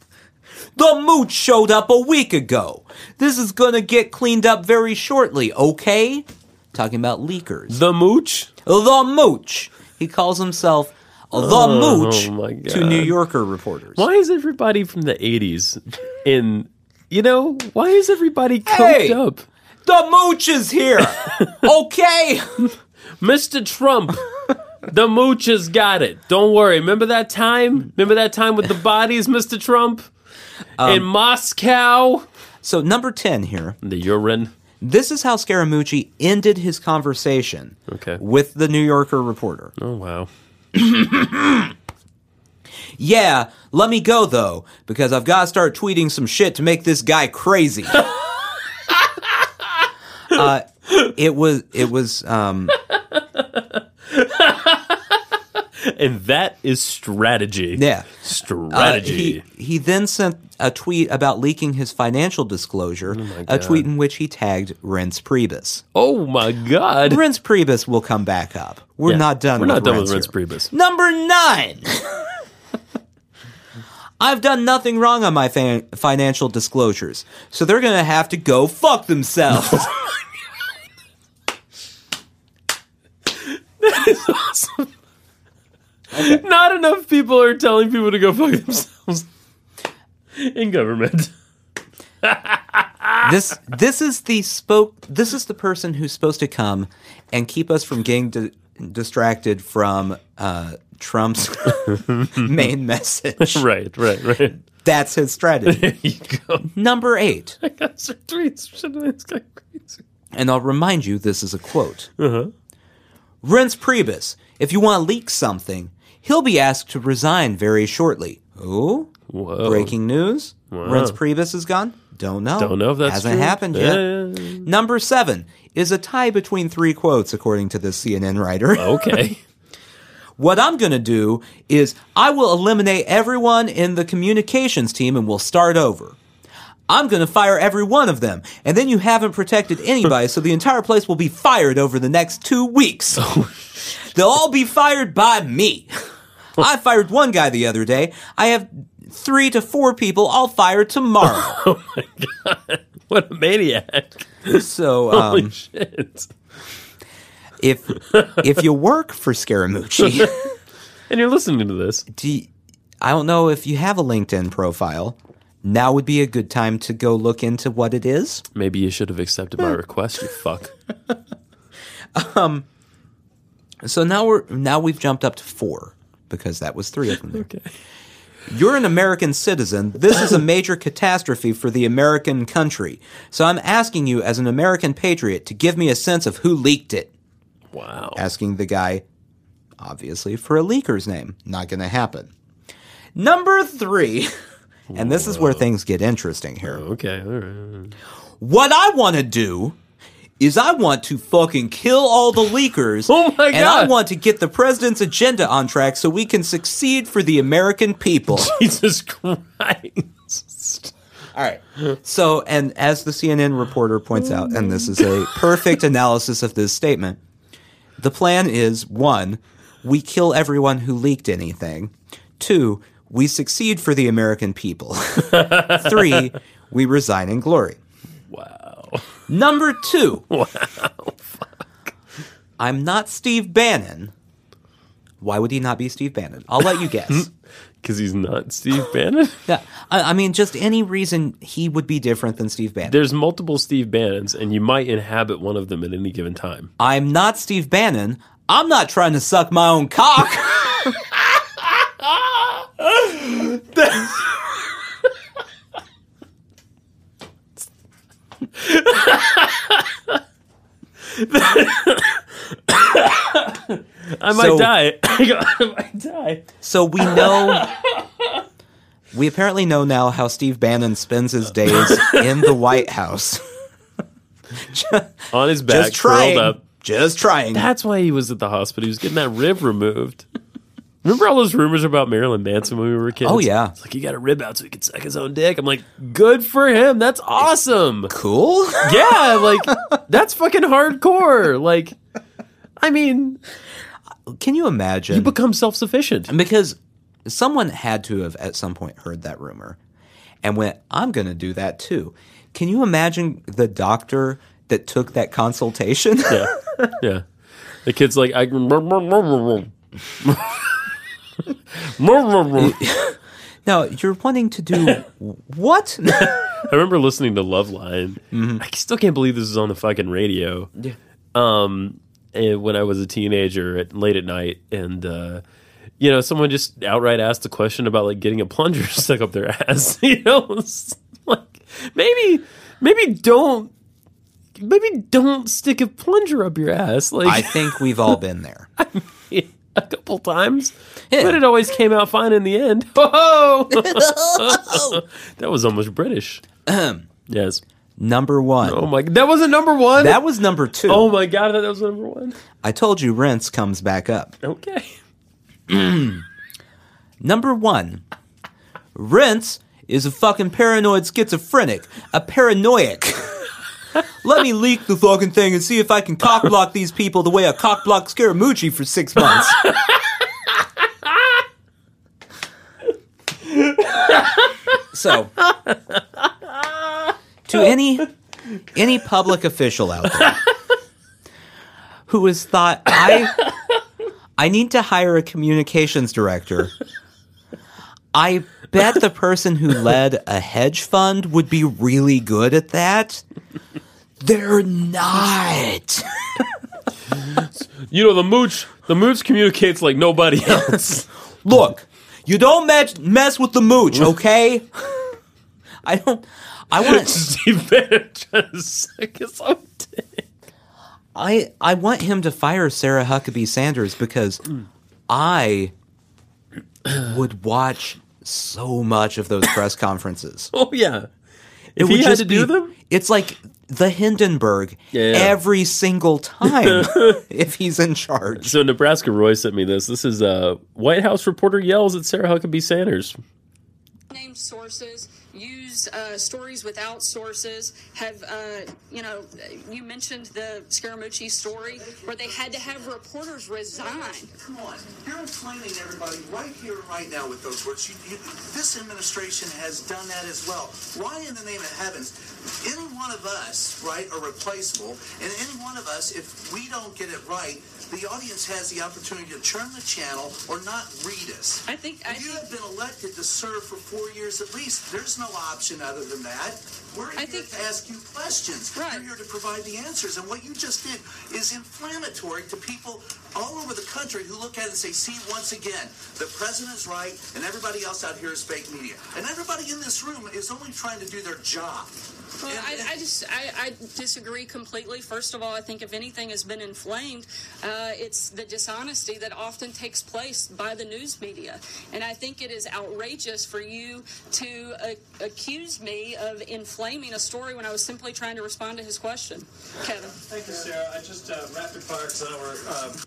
Speaker 3: The mooch showed up a week ago. This is going to get cleaned up very shortly, okay? Talking about leakers.
Speaker 1: The Mooch?
Speaker 3: The mooch. He calls himself the mooch
Speaker 1: Oh my
Speaker 3: to New
Speaker 1: God.
Speaker 3: Yorker reporters.
Speaker 1: Why is everybody from the 80s in, you know, why is everybody coked
Speaker 3: Hey!
Speaker 1: up?
Speaker 3: The mooch is here. okay.
Speaker 1: Mr. Trump, the Mooch has got it. Don't worry. Remember that time? Remember that time with the bodies, Mr. Trump? in Moscow?
Speaker 3: So number 10 here.
Speaker 1: The urine.
Speaker 3: This is how Scaramucci ended his conversation
Speaker 1: Okay.
Speaker 3: with the New Yorker reporter.
Speaker 1: Oh, wow.
Speaker 3: Yeah, let me go though, because I've got to start tweeting some shit to make this guy crazy. uh, it was it was um,
Speaker 1: And that is strategy.
Speaker 3: yeah. Uh,
Speaker 1: Strategy.
Speaker 3: he, he then sent a tweet about leaking his financial disclosure, a tweet in which he tagged Rents Priebus.
Speaker 1: oh, my God.
Speaker 3: Rents Priebus will come back up. We're
Speaker 1: Yeah,
Speaker 3: not done.
Speaker 1: We're
Speaker 3: with
Speaker 1: not done
Speaker 3: Rents
Speaker 1: with Rince
Speaker 3: here.
Speaker 1: Priebus.
Speaker 3: Number nine. I've done nothing wrong on my fan- financial disclosures, so they're going to have to go fuck themselves.
Speaker 1: Not enough people are telling people to go fuck themselves in government.
Speaker 3: this this is the spoke. This is the person who's supposed to come and keep us from getting di- distracted from uh, Trump's main message.
Speaker 1: Right, right, right.
Speaker 3: That's his strategy.
Speaker 1: There you go.
Speaker 3: Number eight.
Speaker 1: That's our tweets. Shit, that's kind of crazy.
Speaker 3: And I'll remind you, this is a quote.
Speaker 1: Uh-huh.
Speaker 3: Rince Priebus, if you want to leak something, he'll be asked to resign very shortly. Ooh,
Speaker 1: Whoa.
Speaker 3: breaking news. Rince Priebus is gone? Don't know.
Speaker 1: Don't know if that's
Speaker 3: Hasn't
Speaker 1: true.
Speaker 3: happened
Speaker 1: Yeah,
Speaker 3: yet.
Speaker 1: yeah, yeah.
Speaker 3: Number seven is a tie between three quotes, according to this CNN writer.
Speaker 1: Oh, Okay.
Speaker 3: What I'm going to do is I will eliminate everyone in the communications team and we'll start over. I'm going to fire every one of them. And then you haven't protected anybody, so the entire place will be fired over the next two weeks. They'll all be fired by me. I fired one guy the other day. I have three to four people I'll fire tomorrow.
Speaker 1: What a maniac.
Speaker 3: so,
Speaker 1: Holy
Speaker 3: um,
Speaker 1: shit.
Speaker 3: if, if you work for Scaramucci,
Speaker 1: And you're listening to this.
Speaker 3: do you- I don't know if you have a LinkedIn profile. Now would be a good time to go look into what it is.
Speaker 1: Maybe you should have accepted my request, you fuck.
Speaker 3: So now we're now we've jumped up to four because that was three of them. There. You're an American citizen. This is a major catastrophe for the American country. So I'm asking you as an American patriot to give me a sense of who leaked it.
Speaker 1: Wow.
Speaker 3: Asking the guy obviously for a leaker's name. Not going to happen. Number 3. And this is where things get interesting here.
Speaker 1: Okay. All right.
Speaker 3: What I want to do is I want to fucking kill all the leakers.
Speaker 1: Oh my
Speaker 3: And I
Speaker 1: God.
Speaker 3: want to get the president's agenda on track so we can succeed for the American people.
Speaker 1: Jesus Christ.
Speaker 3: All right. So, and as the CNN reporter points out, and this is a perfect analysis of this statement, the plan is one, we kill everyone who leaked anything. Two, we succeed for the American people. Three, we resign in glory.
Speaker 1: Wow.
Speaker 3: Number two. Wow. I'm not Steve Bannon. Why would he not be Steve Bannon? I'll let you guess.
Speaker 1: Because he's not Steve Bannon.
Speaker 3: yeah, I, I mean, just any reason he would be different than Steve Bannon.
Speaker 1: There's multiple Steve Bannons, and you might inhabit one of them at any given time.
Speaker 3: I'm not Steve Bannon. I'm not trying to suck my own cock.
Speaker 1: I might
Speaker 3: So-
Speaker 1: die. I might die.
Speaker 3: So we know. We apparently know now how Steve Bannon spends his days in the White House.
Speaker 1: On his back,
Speaker 3: Just trying.
Speaker 1: curled up.
Speaker 3: Just trying.
Speaker 1: That's why he was at the hospital. He was getting that rib removed. Remember all those rumors about Marilyn Manson when we were kids?
Speaker 3: Oh, yeah.
Speaker 1: It's like he got a rib out so he could suck his own dick. I'm like, good for him. That's awesome.
Speaker 3: cool.
Speaker 1: Yeah, like that's fucking hardcore. Like I mean,
Speaker 3: Can you imagine?
Speaker 1: you become self sufficient.
Speaker 3: because someone had to have at some point heard that rumor and went, I'm going to do that too. Can you imagine the doctor that took that consultation?
Speaker 1: Yeah. Yeah. The kid's like I I
Speaker 3: now, you're wanting to do what?
Speaker 1: remember listening to Love Line. I still can't believe this is on the fucking radio. Mm-hmm. Yeah. Um and when I was a teenager at late at night and uh you know, someone just outright asked a question about like getting a plunger stuck up their ass. You know, It's like maybe, maybe don't, maybe don't stick a plunger up your ass. Like
Speaker 3: I think we've all been there.
Speaker 1: a couple times,
Speaker 3: Yeah.
Speaker 1: but it always came out fine in the end. Oh, that was almost British. yes.
Speaker 3: Number one.
Speaker 1: Oh my, that wasn't number one.
Speaker 3: That was number two.
Speaker 1: oh my god, that was number one.
Speaker 3: I told you rinse comes back up.
Speaker 1: Okay.
Speaker 3: Number one, Rince is a fucking paranoid schizophrenic. A paranoiac. Let me leak the fucking thing and see if I can cock block these people the way I cock block Scaramucci for six months. so, to any any public official out there who has thought I I need to hire a communications director. I bet the person who led a hedge fund would be really good at that. They're not.
Speaker 1: You know the mooch. The mooch communicates like nobody else.
Speaker 3: Look, you don't match, mess with the mooch, okay? I don't. I want.
Speaker 1: Steve Bannon trying to suck his own dick.
Speaker 3: I I want him to fire Sarah Huckabee Sanders because I would watch so much of those press conferences.
Speaker 1: Oh yeah. If
Speaker 3: would
Speaker 1: he had
Speaker 3: just
Speaker 1: to do
Speaker 3: be-
Speaker 1: them,
Speaker 3: It's like the Hindenburg
Speaker 1: Yeah.
Speaker 3: every single time if he's in charge.
Speaker 1: So Nebraska Roy sent me this. This is uh, White House reporter yells at Sarah Huckabee Sanders.
Speaker 4: named sources, use uh, stories without sources. Have uh, you know? You mentioned the Scaramucci story where they had to have reporters resign.
Speaker 5: Come on, you're inflaming everybody right here, and right now with those words. You, you, this administration has done that as well. Why in the name of heavens, any one of us, right, are replaceable, and any one of us, if we don't get it right, the audience has the opportunity to turn the channel or not read us.
Speaker 4: I think. I
Speaker 5: You
Speaker 4: think
Speaker 5: have been elected to serve for four years at least. There's no option other than that. We're
Speaker 4: I
Speaker 5: here
Speaker 4: think-
Speaker 5: to ask you questions.
Speaker 4: Right.
Speaker 5: We're here to provide the answers. And what you just did is inflammatory to people all over the country who look at it and say, see, once again, the president is right and everybody else out here is fake media. And everybody in this room is only trying to do their job.
Speaker 4: Well,
Speaker 5: And-
Speaker 4: I, I just I, I disagree completely. First of all, I think if anything has been inflamed, uh, it's the dishonesty that often takes place by the news media, and I think it is outrageous for you to uh, accuse me of inflaming a story when I was simply trying to respond to his question, Kevin.
Speaker 6: Thank you, Sarah. I just uh, rapid fire because I know we're. Uh,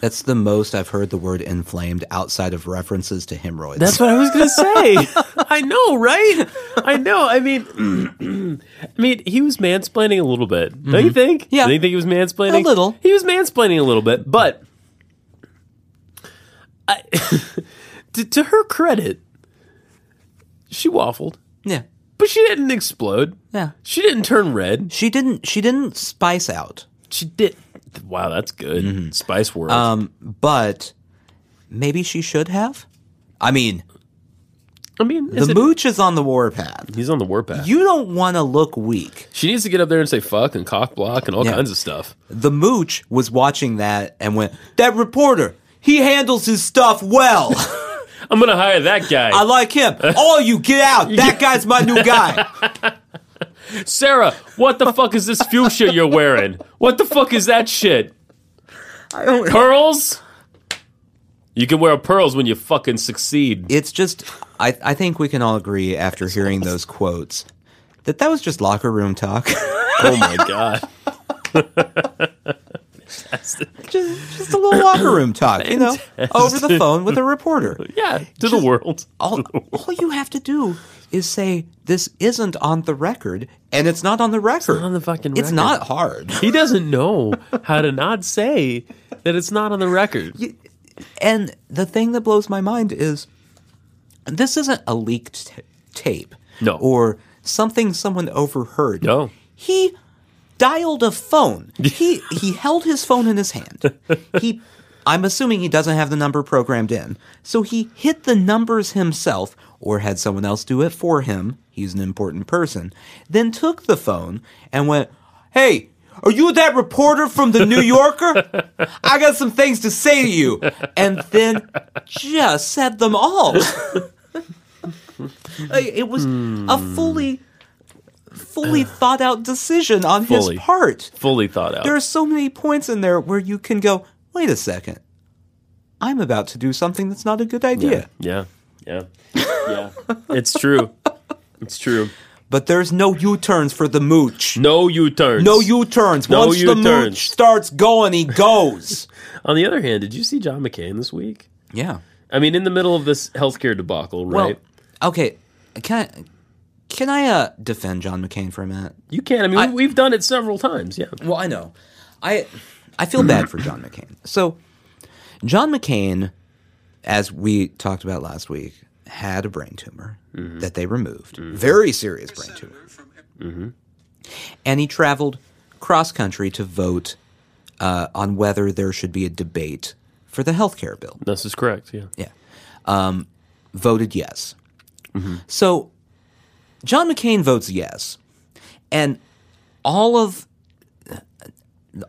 Speaker 3: That's the most I've heard the word inflamed outside of references to hemorrhoids.
Speaker 1: That's what I was gonna say. I know, right? I know. I mean, I mean, he was mansplaining a little bit. Don't you think?
Speaker 3: Mm-hmm. Yeah.
Speaker 1: Don't you think he was mansplaining
Speaker 3: A little.
Speaker 1: He was mansplaining a little bit, but I, to, to her credit, she waffled,
Speaker 3: yeah.
Speaker 1: but she didn't explode.
Speaker 3: Yeah.
Speaker 1: She didn't turn red.
Speaker 3: She didn't she didn't spice out,
Speaker 1: She did. Wow, that's good.
Speaker 3: Mm-hmm.
Speaker 1: Spice World.
Speaker 3: Um, but maybe she should have. I mean,
Speaker 1: I mean,
Speaker 3: the
Speaker 1: is it-
Speaker 3: mooch is on the warpath.
Speaker 1: He's on the warpath.
Speaker 3: You don't want to look weak.
Speaker 1: she needs to get up there and say fuck and cock block and all
Speaker 3: Yeah.
Speaker 1: kinds of stuff.
Speaker 3: The mooch was watching that and went, "That reporter, he handles his stuff well.
Speaker 1: I'm gonna hire that guy.
Speaker 3: I like him. All you get out. That guy's my new guy."
Speaker 1: Sarah, what the fuck is this fuchsia you're wearing? What the fuck is that shit? Pearls? You can wear pearls when you fucking succeed.
Speaker 3: It's just I I think we can all agree after hearing those quotes that that was just locker room talk.
Speaker 1: Oh my god.
Speaker 3: just, just a little locker room talk, you know, over the phone with a reporter.
Speaker 1: Yeah, to the world.
Speaker 3: All, all you have to do is say this isn't on the record, and it's not on the record. It's
Speaker 1: on the fucking
Speaker 3: It's
Speaker 1: record.
Speaker 3: not hard.
Speaker 1: He doesn't know how to not say that it's not on the record.
Speaker 3: And the thing that blows my mind is this isn't a leaked t- tape,
Speaker 1: No.
Speaker 3: or something someone overheard.
Speaker 1: No.
Speaker 3: he dialed a phone. He he held his phone in his hand. He I'm assuming he doesn't have the number programmed in. So he hit the numbers himself or had someone else do it for him. He's an important person. Then took the phone and went, "Hey, are you that reporter from the New Yorker? I got some things to say to you." And then just said them all. Like, it was
Speaker 1: Hmm.
Speaker 3: a fully fully thought out decision on
Speaker 1: Fully.
Speaker 3: his part.
Speaker 1: Fully thought out.
Speaker 3: There are so many points in there where you can go, wait a second, I'm about to do something that's not a good idea.
Speaker 1: yeah. Yeah. Yeah. It's true. It's true.
Speaker 3: But there's no U turns for the mooch.
Speaker 1: No U-turns.
Speaker 3: No U turns.
Speaker 1: No
Speaker 3: Once the
Speaker 1: U-turns.
Speaker 3: mooch starts going, he goes.
Speaker 1: On the other hand, did you see John McCain this week?
Speaker 3: yeah.
Speaker 1: I mean, in the middle of this healthcare debacle,
Speaker 3: Well,
Speaker 1: right?
Speaker 3: okay. Can I, can I uh, defend John McCain for a minute?
Speaker 1: you can. I mean,
Speaker 3: I-
Speaker 1: we- we've done it several times. Yeah.
Speaker 3: Well, I know. I I feel bad for John McCain. So John McCain, as we talked about last week, had a brain tumor that they removed. Very serious brain tumor. And he traveled cross country to vote uh, on whether there should be a debate for the health care bill.
Speaker 1: This is correct. Yeah.
Speaker 3: Yeah. Um, voted yes.
Speaker 1: Mm-hmm.
Speaker 3: So John McCain votes yes. And all of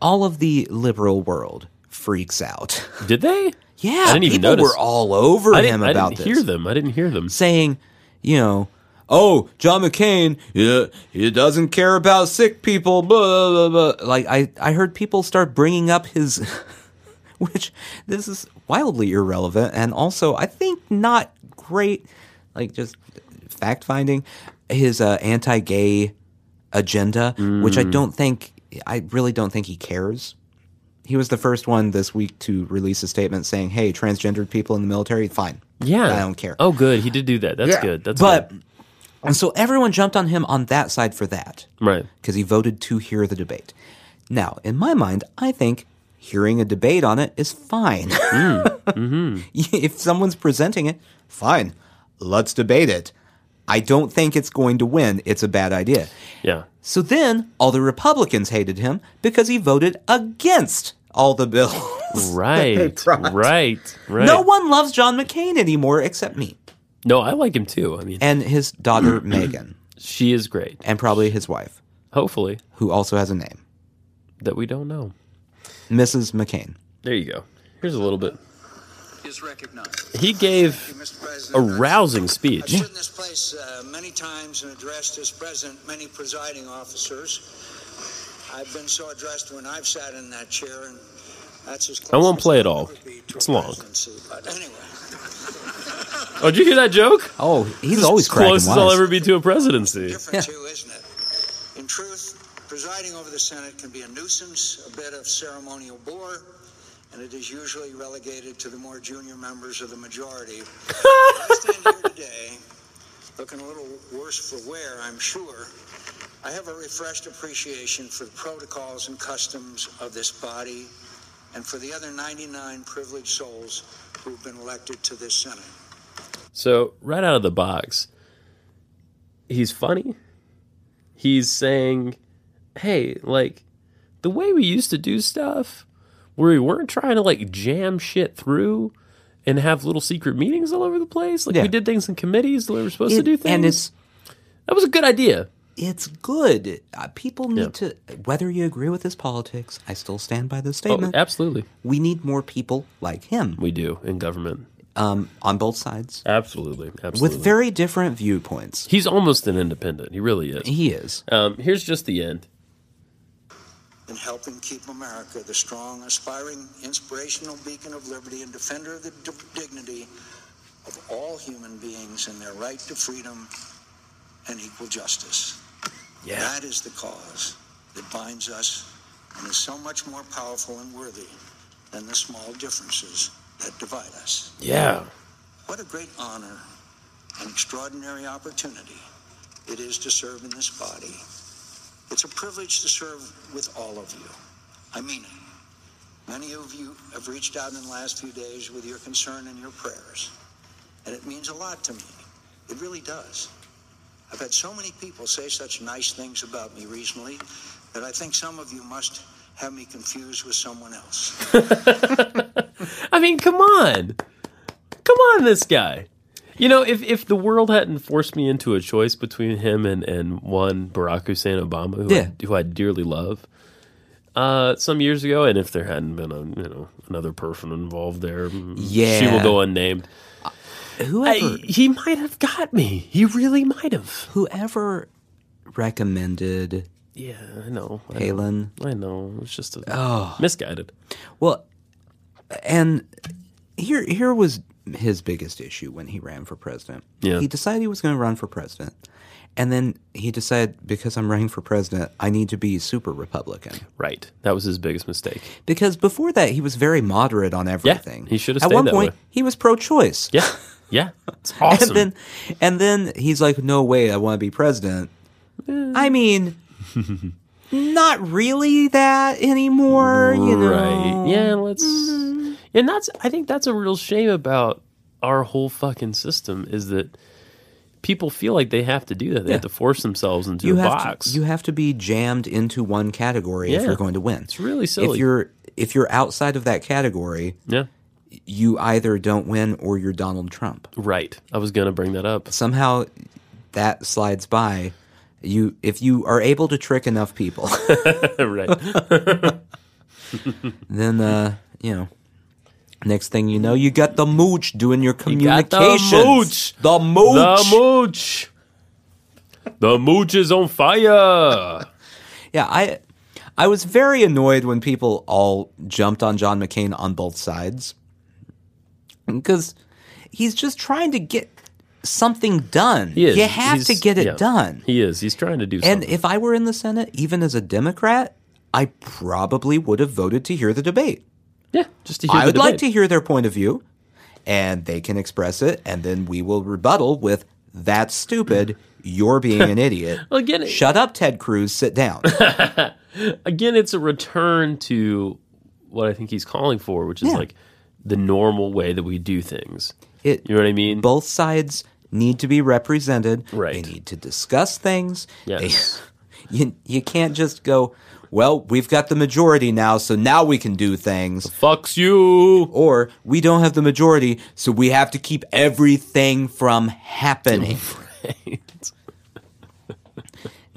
Speaker 3: all of the liberal world freaks out.
Speaker 1: Did they?
Speaker 3: Yeah,
Speaker 1: I didn't even
Speaker 3: people
Speaker 1: notice.
Speaker 3: were all over
Speaker 1: I
Speaker 3: him
Speaker 1: didn't, I
Speaker 3: about
Speaker 1: didn't
Speaker 3: this,
Speaker 1: hear them. I didn't hear them.
Speaker 3: saying, you know, oh, John McCain, yeah, he doesn't care about sick people. Blah, blah, blah. Like I, I heard people start bringing up his, which this is wildly irrelevant and also I think not great, like just fact finding his uh, anti-gay agenda, which I don't think I really don't think he cares he was the first one this week to release a statement saying, "Hey, transgendered people in the military, fine.
Speaker 1: Yeah.
Speaker 3: I don't care."
Speaker 1: Oh, good. He did do that. That's good. That's
Speaker 3: but
Speaker 1: good.
Speaker 3: and so everyone jumped on him on that side for that
Speaker 1: right.
Speaker 3: because he voted to hear the debate. Now, in my mind, I think hearing a debate on it is fine.
Speaker 1: Hmm. Mm-hmm.
Speaker 3: if someone's presenting it, fine. Let's debate it. I don't think it's going to win. It's a bad idea.
Speaker 1: Yeah.
Speaker 3: So then all the Republicans hated him because he voted against all the bills.
Speaker 1: Right.
Speaker 3: tried.
Speaker 1: right. Right.
Speaker 3: No one loves John McCain anymore except me
Speaker 1: No, I like him too. I mean,
Speaker 3: and his daughter Megan
Speaker 1: she is great.
Speaker 3: and probably his wife
Speaker 1: Hopefully,
Speaker 3: who also has a name,
Speaker 1: that we don't know.
Speaker 3: Mrs. McCain.
Speaker 1: There you go. Here's a little bit.
Speaker 6: is recognized.
Speaker 1: He gave
Speaker 6: Mr. President,
Speaker 1: a
Speaker 6: I've-
Speaker 1: rousing
Speaker 6: I've
Speaker 1: speech.
Speaker 6: stood in this place uh, many times and addressed as president many presiding officers. I've been so addressed when I've sat in that chair, and that's as close
Speaker 1: I won't
Speaker 6: as
Speaker 1: play it
Speaker 6: I'll
Speaker 1: all.
Speaker 6: ever be to
Speaker 1: It's
Speaker 6: a
Speaker 1: long.
Speaker 6: presidency. But anyway,
Speaker 1: Oh, did you hear that joke?
Speaker 3: Oh, he's always cracking
Speaker 1: Close as I'll
Speaker 3: wise.
Speaker 1: ever be to a presidency.
Speaker 6: different too, isn't it? In truth, presiding over the Senate can be a nuisance, a bit of ceremonial bore, and it is usually relegated to the more junior members of the majority. I stand here today looking a little worse for wear, I'm sure. I have a refreshed appreciation for the protocols and customs of this body and for the other 99 privileged souls who've been elected to this Senate.
Speaker 1: So right out of the box, he's funny. He's saying, "Hey, like the way we used to do stuff, where we weren't trying to like jam shit through and have little secret meetings all over the place. Like
Speaker 3: Yeah.
Speaker 1: we did things in committees the way we're supposed to
Speaker 3: It-
Speaker 1: do things.
Speaker 3: and it's
Speaker 1: that was a good idea.
Speaker 3: it's good. Uh, people need
Speaker 1: Yeah.
Speaker 3: to whether you agree with his politics. I still stand by this
Speaker 1: Oh,
Speaker 3: statement.
Speaker 1: absolutely,
Speaker 3: we need more people like him
Speaker 1: we do in government.
Speaker 3: um, on both sides
Speaker 1: Absolutely, absolutely.
Speaker 3: with very different viewpoints.
Speaker 1: he's almost an independent. He really is.
Speaker 3: He is.
Speaker 1: Um, here's just the end.
Speaker 6: in helping keep America the strong, aspiring, inspirational beacon of liberty and defender of the d- dignity of all human beings and their right to freedom and equal justice. That is the cause that binds us and is so much more powerful and worthy than the small differences that divide us.
Speaker 1: Yeah.
Speaker 6: What a great honor and extraordinary opportunity it is to serve in this body. It's a privilege to serve with all of you. I mean it. Many of you have reached out in the last few days with your concern and your prayers, and it means a lot to me. It really does. I've had so many people say such nice things about me recently that I think some of you must have me confused with someone else.
Speaker 1: I mean, come on. Come on, this guy. You know, if, if the world hadn't forced me into a choice between him and, and one Barack Hussein Obama, who,
Speaker 3: Yeah.
Speaker 1: I, who I dearly love, uh, some years ago, and if there hadn't been a you know another person involved there, mm, she
Speaker 3: Yeah.
Speaker 1: will go unnamed. I-
Speaker 3: Whoever
Speaker 1: he might have got me. He really might have.
Speaker 3: whoever recommended
Speaker 1: Yeah, I know. I know.
Speaker 3: Palin.
Speaker 1: I know. It's just a,
Speaker 3: Oh.
Speaker 1: misguided.
Speaker 3: Well, and here here was his biggest issue when he ran for president.
Speaker 1: Yeah.
Speaker 3: He decided he was going to run for president. And then he decided because I'm running for president, I need to be super Republican.
Speaker 1: Right. That was his biggest mistake.
Speaker 3: Because before that, he was very moderate on everything.
Speaker 1: he should have
Speaker 3: At
Speaker 1: stayed
Speaker 3: one
Speaker 1: that
Speaker 3: point,
Speaker 1: way.
Speaker 3: he was pro-choice.
Speaker 1: Yeah. Yeah. It's awesome.
Speaker 3: And then, and then he's like, "No way, I want to be president." I mean, not really that anymore, you know.
Speaker 1: Right. Yeah, let's
Speaker 3: Mm-hmm.
Speaker 1: And that's I think that's a real shame about our whole fucking system is that people feel like they have to do that. They have to force themselves into
Speaker 3: You
Speaker 1: a
Speaker 3: have
Speaker 1: box.
Speaker 3: to you have to be jammed into one category if
Speaker 1: Yeah.
Speaker 3: you're going to win. It's
Speaker 1: really silly.
Speaker 3: If you're if you're outside of that category,
Speaker 1: yeah.
Speaker 3: you either don't win or you're Donald Trump.
Speaker 1: Right. I was gonna bring that up.
Speaker 3: Somehow that slides by. You if you are able to trick enough people,
Speaker 1: right.
Speaker 3: then uh, you know. Next thing you know, you got the mooch doing your
Speaker 1: got the
Speaker 3: communications.
Speaker 1: mooch.
Speaker 3: The mooch.
Speaker 1: The mooch. The mooch is on fire.
Speaker 3: Yeah, I I was very annoyed when people all jumped on John McCain on both sides because he's just trying to get something done.
Speaker 1: He is.
Speaker 3: You have
Speaker 1: He's-
Speaker 3: to get it
Speaker 1: yeah.
Speaker 3: done.
Speaker 1: He is. He's trying to do
Speaker 3: And
Speaker 1: something.
Speaker 3: if I were in the Senate, even as a Democrat, I probably would have voted to hear the debate.
Speaker 1: yeah, just to hear
Speaker 3: I
Speaker 1: the
Speaker 3: would like to
Speaker 1: debate.
Speaker 3: hear their point of view, and they can express it, and then we will rebuttal with "That's stupid. You're being an idiot."
Speaker 1: Mm. Well, again, it-
Speaker 3: Shut up, Ted Cruz. Sit down.
Speaker 1: again, it's a return to what I think he's calling for, which is
Speaker 3: Yeah.
Speaker 1: like the normal way that we do things.
Speaker 3: It,
Speaker 1: You know what I mean?
Speaker 3: both sides need to be represented.
Speaker 1: Right.
Speaker 3: They need to discuss things.
Speaker 1: Yes.
Speaker 3: They, you, you can't just go, well, we've got the majority now, so now we can do things.
Speaker 1: Fucks you.
Speaker 3: Or we don't have the majority, so we have to keep everything from happening.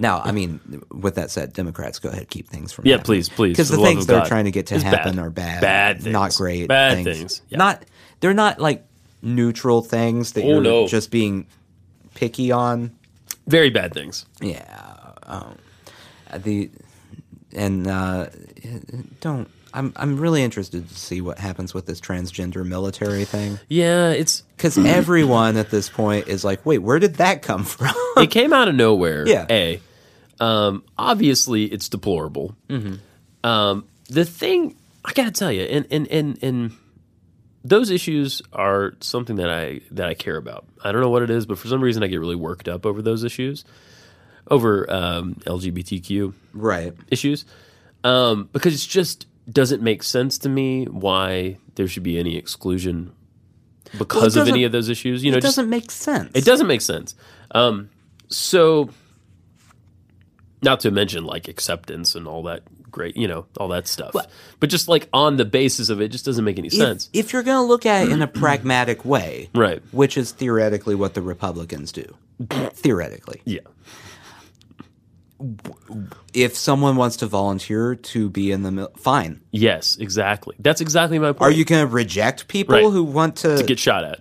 Speaker 3: Now, I mean, with that said, Democrats go ahead keep things from
Speaker 1: Yeah,
Speaker 3: happening.
Speaker 1: please, please,
Speaker 3: because
Speaker 1: for
Speaker 3: the
Speaker 1: the love
Speaker 3: things
Speaker 1: of
Speaker 3: they're
Speaker 1: God.
Speaker 3: trying to get to
Speaker 1: It's bad.
Speaker 3: happen are bad,
Speaker 1: Bad
Speaker 3: not
Speaker 1: things.
Speaker 3: great,
Speaker 1: Bad things, yeah.
Speaker 3: Not they're not like neutral things that
Speaker 1: Oh,
Speaker 3: you're
Speaker 1: no.
Speaker 3: just being picky on.
Speaker 1: Very bad things.
Speaker 3: Yeah, um, the and uh, don't. I'm I'm really interested to see what happens with this transgender military thing
Speaker 1: Yeah, it's
Speaker 3: because everyone at this point is like, wait, where did that come from?
Speaker 1: it came out of nowhere.
Speaker 3: Yeah.
Speaker 1: A. Um, obviously, it's deplorable. Um, the thing I gotta tell you, and and and and those issues are something that I that I care about. I don't know what it is, but for some reason I get really worked up over those issues, over um, LGBTQ
Speaker 3: Right.
Speaker 1: issues, um, because it's just doesn't make sense to me why there should be any exclusion because of
Speaker 3: doesn't-
Speaker 1: any of those issues. You know,
Speaker 3: it
Speaker 1: just
Speaker 3: doesn't make sense.
Speaker 1: it doesn't make sense. Um, so, not to mention like acceptance and all that great, you know, all that stuff. but just like on the basis of it, just doesn't make any
Speaker 3: If,
Speaker 1: sense.
Speaker 3: if you're going to look at it in a pragmatic way,
Speaker 1: Right.
Speaker 3: which is theoretically what the Republicans do, theoretically.
Speaker 1: Yeah.
Speaker 3: If someone wants to volunteer to be in the mil- fine,
Speaker 1: Yes, exactly. That's exactly my point.
Speaker 3: are you going to reject people
Speaker 1: Right.
Speaker 3: who want to?
Speaker 1: to get shot at?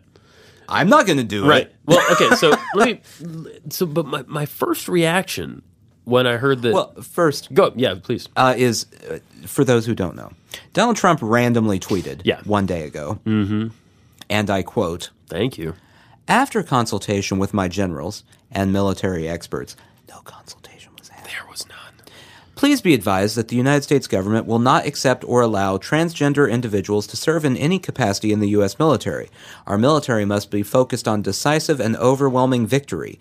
Speaker 3: I'm not going to do
Speaker 1: Right.
Speaker 3: it.
Speaker 1: Well, okay. So let me. So, but my, my first reaction when I heard that.
Speaker 3: Well, first,
Speaker 1: go. Yeah, please.
Speaker 3: uh, is uh, for those who don't know, Donald Trump randomly tweeted
Speaker 1: Yeah.
Speaker 3: one day ago, and I quote,
Speaker 1: Thank you.
Speaker 3: after consultation with my generals and military experts, no consultation was had.
Speaker 1: There was none.
Speaker 3: Please be advised that the United States government will not accept or allow transgender individuals to serve in any capacity in the U.S. military. Our military must be focused on decisive and overwhelming victory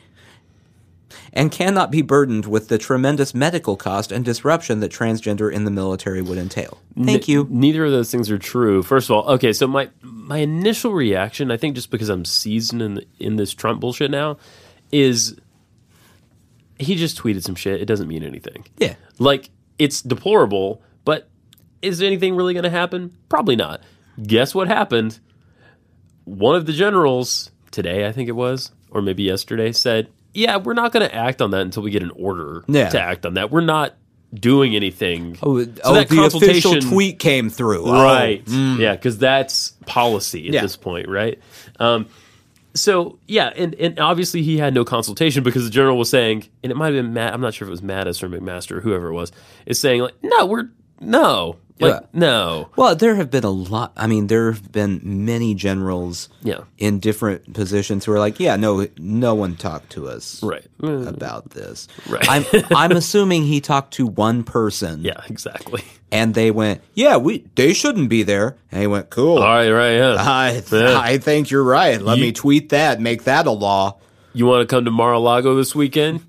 Speaker 3: and cannot be burdened with the tremendous medical cost and disruption that transgender in the military would entail. Thank you.
Speaker 1: Neither of those things are true. First of all, okay, so my my initial reaction, I think just because I'm seasoned in, in this Trump bullshit now, is he just tweeted some shit. It doesn't mean anything.
Speaker 3: Yeah.
Speaker 1: Like it's deplorable, but is anything really going to happen? Probably not. Guess what happened? One of the generals today, I think it was, or maybe yesterday, said, "Yeah, we're not going to act on that until we get an order
Speaker 3: Yeah.
Speaker 1: to act on that. We're not doing anything."
Speaker 3: Oh,
Speaker 1: So
Speaker 3: oh,
Speaker 1: that
Speaker 3: the official
Speaker 1: consultation-
Speaker 3: tweet came through. Oh.
Speaker 1: Right. Yeah, because that's policy at
Speaker 3: Yeah.
Speaker 1: this point, right? Um, so yeah, and, and obviously he had no consultation because the general was saying, and it might have been Matt. I'm not sure if it was Mattis or McMaster or whoever it was, is saying like, no, we're no, like
Speaker 3: Yeah.
Speaker 1: no,
Speaker 3: Well, there have been a lot. I mean, there have been many generals
Speaker 1: Yeah.
Speaker 3: in different positions who are like, yeah, no, no one talked to us
Speaker 1: right? Mm,
Speaker 3: about this.
Speaker 1: Right.
Speaker 3: I'm, I'm assuming he talked to one person.
Speaker 1: Yeah, exactly.
Speaker 3: And they went, yeah, we they shouldn't be there. And he went, cool.
Speaker 1: All right, right. Yeah.
Speaker 3: I,
Speaker 1: Yeah.
Speaker 3: I think you're right. Let me tweet that. Make that a law.
Speaker 1: You want to come to Mar-a-Lago this weekend?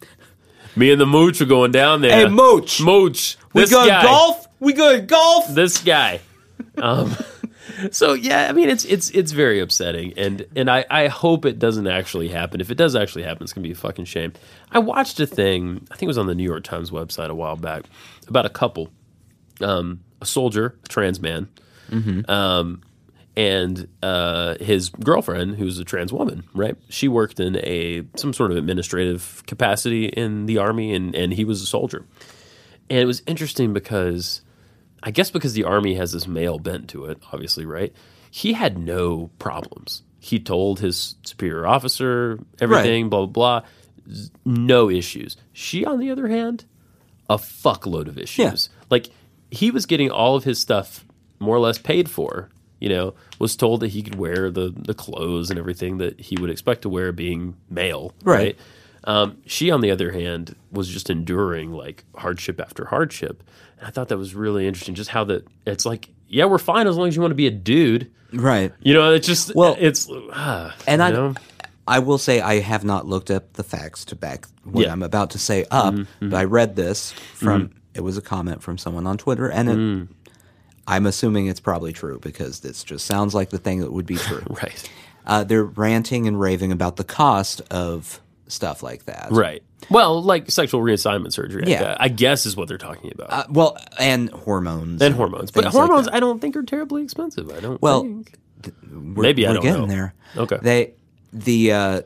Speaker 1: Me and the mooch are going down there.
Speaker 3: Hey, Mooch.
Speaker 1: mooch.
Speaker 3: We
Speaker 1: this
Speaker 3: going
Speaker 1: guy.
Speaker 3: golf. We going golf.
Speaker 1: this guy. Um, so yeah, I mean it's it's it's very upsetting, and and I I hope it doesn't actually happen. If it does actually happen, it's gonna be a fucking shame. I watched a thing. I think it was on the New York Times website a while back about a couple, um, a soldier, a trans man, um, and uh, his girlfriend, who's a trans woman, right? She worked in a some sort of administrative capacity in the army, and and he was a soldier. And it was interesting because I guess because the army has this male bent to it, obviously, right? He had no problems. He told his superior officer everything, blah, blah, blah. Z- No issues. She, on the other hand, a fuckload of issues. Like, he was getting all of his stuff more or less paid for, you know, was told that he could wear the, the clothes and everything that he would expect to wear being male,
Speaker 3: Right.
Speaker 1: right? Um, she, on the other hand, was just enduring like hardship after hardship. And I thought that was really interesting, just how that it's like, yeah, we're fine as long as you want to be a dude.
Speaker 3: Right.
Speaker 1: You know, it's just
Speaker 3: Well,
Speaker 1: it's uh,
Speaker 3: And I,
Speaker 1: know?
Speaker 3: I will say I have not looked up the facts to back what
Speaker 1: Yeah. Mm-hmm,
Speaker 3: I'm about to say up, but I read this from it was a comment from someone on Twitter, and it,
Speaker 1: Mm.
Speaker 3: I'm assuming it's probably true because this just sounds like the thing that would be true.
Speaker 1: right,
Speaker 3: uh, they're ranting and raving about the cost of stuff like that.
Speaker 1: right. Well, like sexual reassignment surgery, I
Speaker 3: Yeah.
Speaker 1: gu- I guess is what they're talking about,
Speaker 3: Uh, well, and hormones.
Speaker 1: and hormones. But
Speaker 3: things like
Speaker 1: hormones,
Speaker 3: that.
Speaker 1: I don't think are terribly expensive. I don't.
Speaker 3: Well,
Speaker 1: think.
Speaker 3: we're,
Speaker 1: maybe I
Speaker 3: we're
Speaker 1: don't
Speaker 3: getting
Speaker 1: know.
Speaker 3: there.
Speaker 1: Okay.
Speaker 3: They the uh,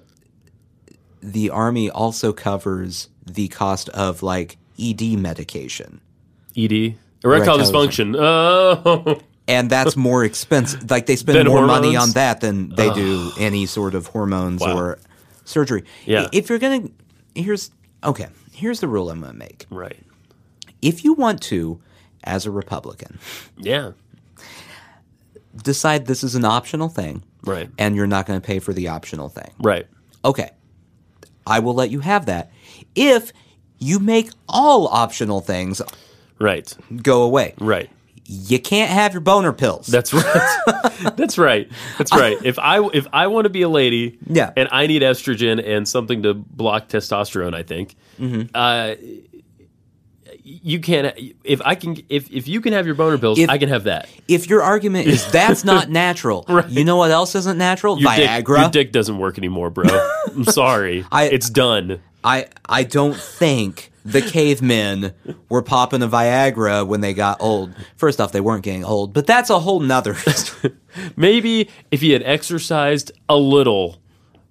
Speaker 3: the army also covers the cost of like ED medication.
Speaker 1: ED, E erectile
Speaker 3: Erectile
Speaker 1: dysfunction. Oh,
Speaker 3: and that's more expensive. Like they spend
Speaker 1: Than
Speaker 3: more money
Speaker 1: hormones?
Speaker 3: on that than they do any sort of hormones
Speaker 1: Wow.
Speaker 3: or surgery.
Speaker 1: Yeah.
Speaker 3: I- If you're gonna, here's okay. Here's the rule I'm gonna make.
Speaker 1: right.
Speaker 3: If you want to, as a Republican,
Speaker 1: Yeah.
Speaker 3: decide this is an optional thing,
Speaker 1: Right.
Speaker 3: and you're not gonna pay for the optional thing.
Speaker 1: Right.
Speaker 3: Okay, I will let you have that if you make all optional things
Speaker 1: Right.
Speaker 3: go away.
Speaker 1: Right.
Speaker 3: you can't have your boner pills.
Speaker 1: That's right. That's right. That's right. If I if I want to be a lady,
Speaker 3: Yeah.
Speaker 1: and I need estrogen and something to block testosterone, I think.
Speaker 3: Mm-hmm.
Speaker 1: Uh, you can't if I can if if you can have your boner pills,
Speaker 3: If-
Speaker 1: I can have that.
Speaker 3: if your argument is that's not natural, you know what else isn't natural?
Speaker 1: Your dick,
Speaker 3: Viagra.
Speaker 1: your dick doesn't work anymore, bro. I'm sorry.
Speaker 3: I-
Speaker 1: it's done.
Speaker 3: I I don't think the cavemen were popping a Viagra when they got old. First off, they weren't getting old, but that's a whole nother.
Speaker 1: Maybe if you had exercised a little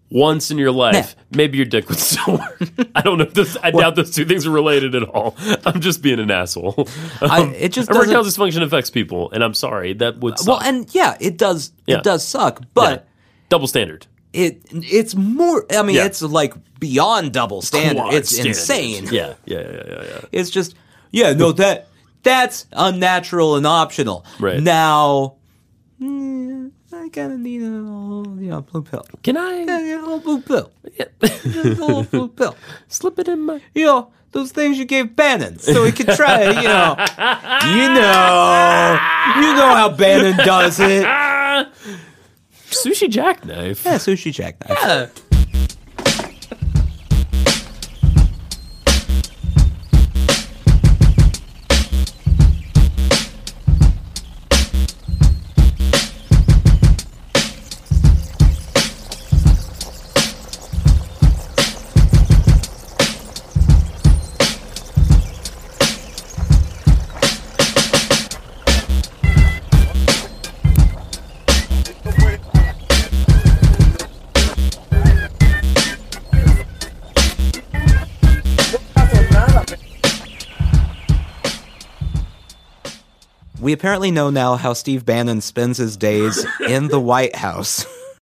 Speaker 1: once in your life, maybe your dick would still work. I don't know. If this, I doubt those two things are related at all. I'm just being an asshole.
Speaker 3: I- it just
Speaker 1: erectile
Speaker 3: doesn't-
Speaker 1: dysfunction affects people, and I'm sorry that would suck.
Speaker 3: well, and yeah, it does
Speaker 1: Yeah.
Speaker 3: it does suck, but
Speaker 1: double standard.
Speaker 3: it it's more. I mean,
Speaker 1: Yeah.
Speaker 3: it's like beyond double standard.
Speaker 1: Quad
Speaker 3: it's
Speaker 1: standard.
Speaker 3: insane.
Speaker 1: Yeah, yeah, yeah, yeah, yeah.
Speaker 3: It's just yeah, no that that's unnatural and optional.
Speaker 1: Right.
Speaker 3: now, mm, I kind of need a little, you know blue pill.
Speaker 1: Can
Speaker 3: Yeah,
Speaker 1: I
Speaker 3: yeah, a little blue pill.
Speaker 1: yeah,
Speaker 3: Just a little blue pill.
Speaker 1: slip it in my?
Speaker 3: you know, those things you gave Bannon so he could try it, you know. You know. You know how Bannon does it. Yeah,
Speaker 1: Sushi jackknife.
Speaker 3: sushi jackknife. We apparently know now how Steve Bannon spends his days in the White House.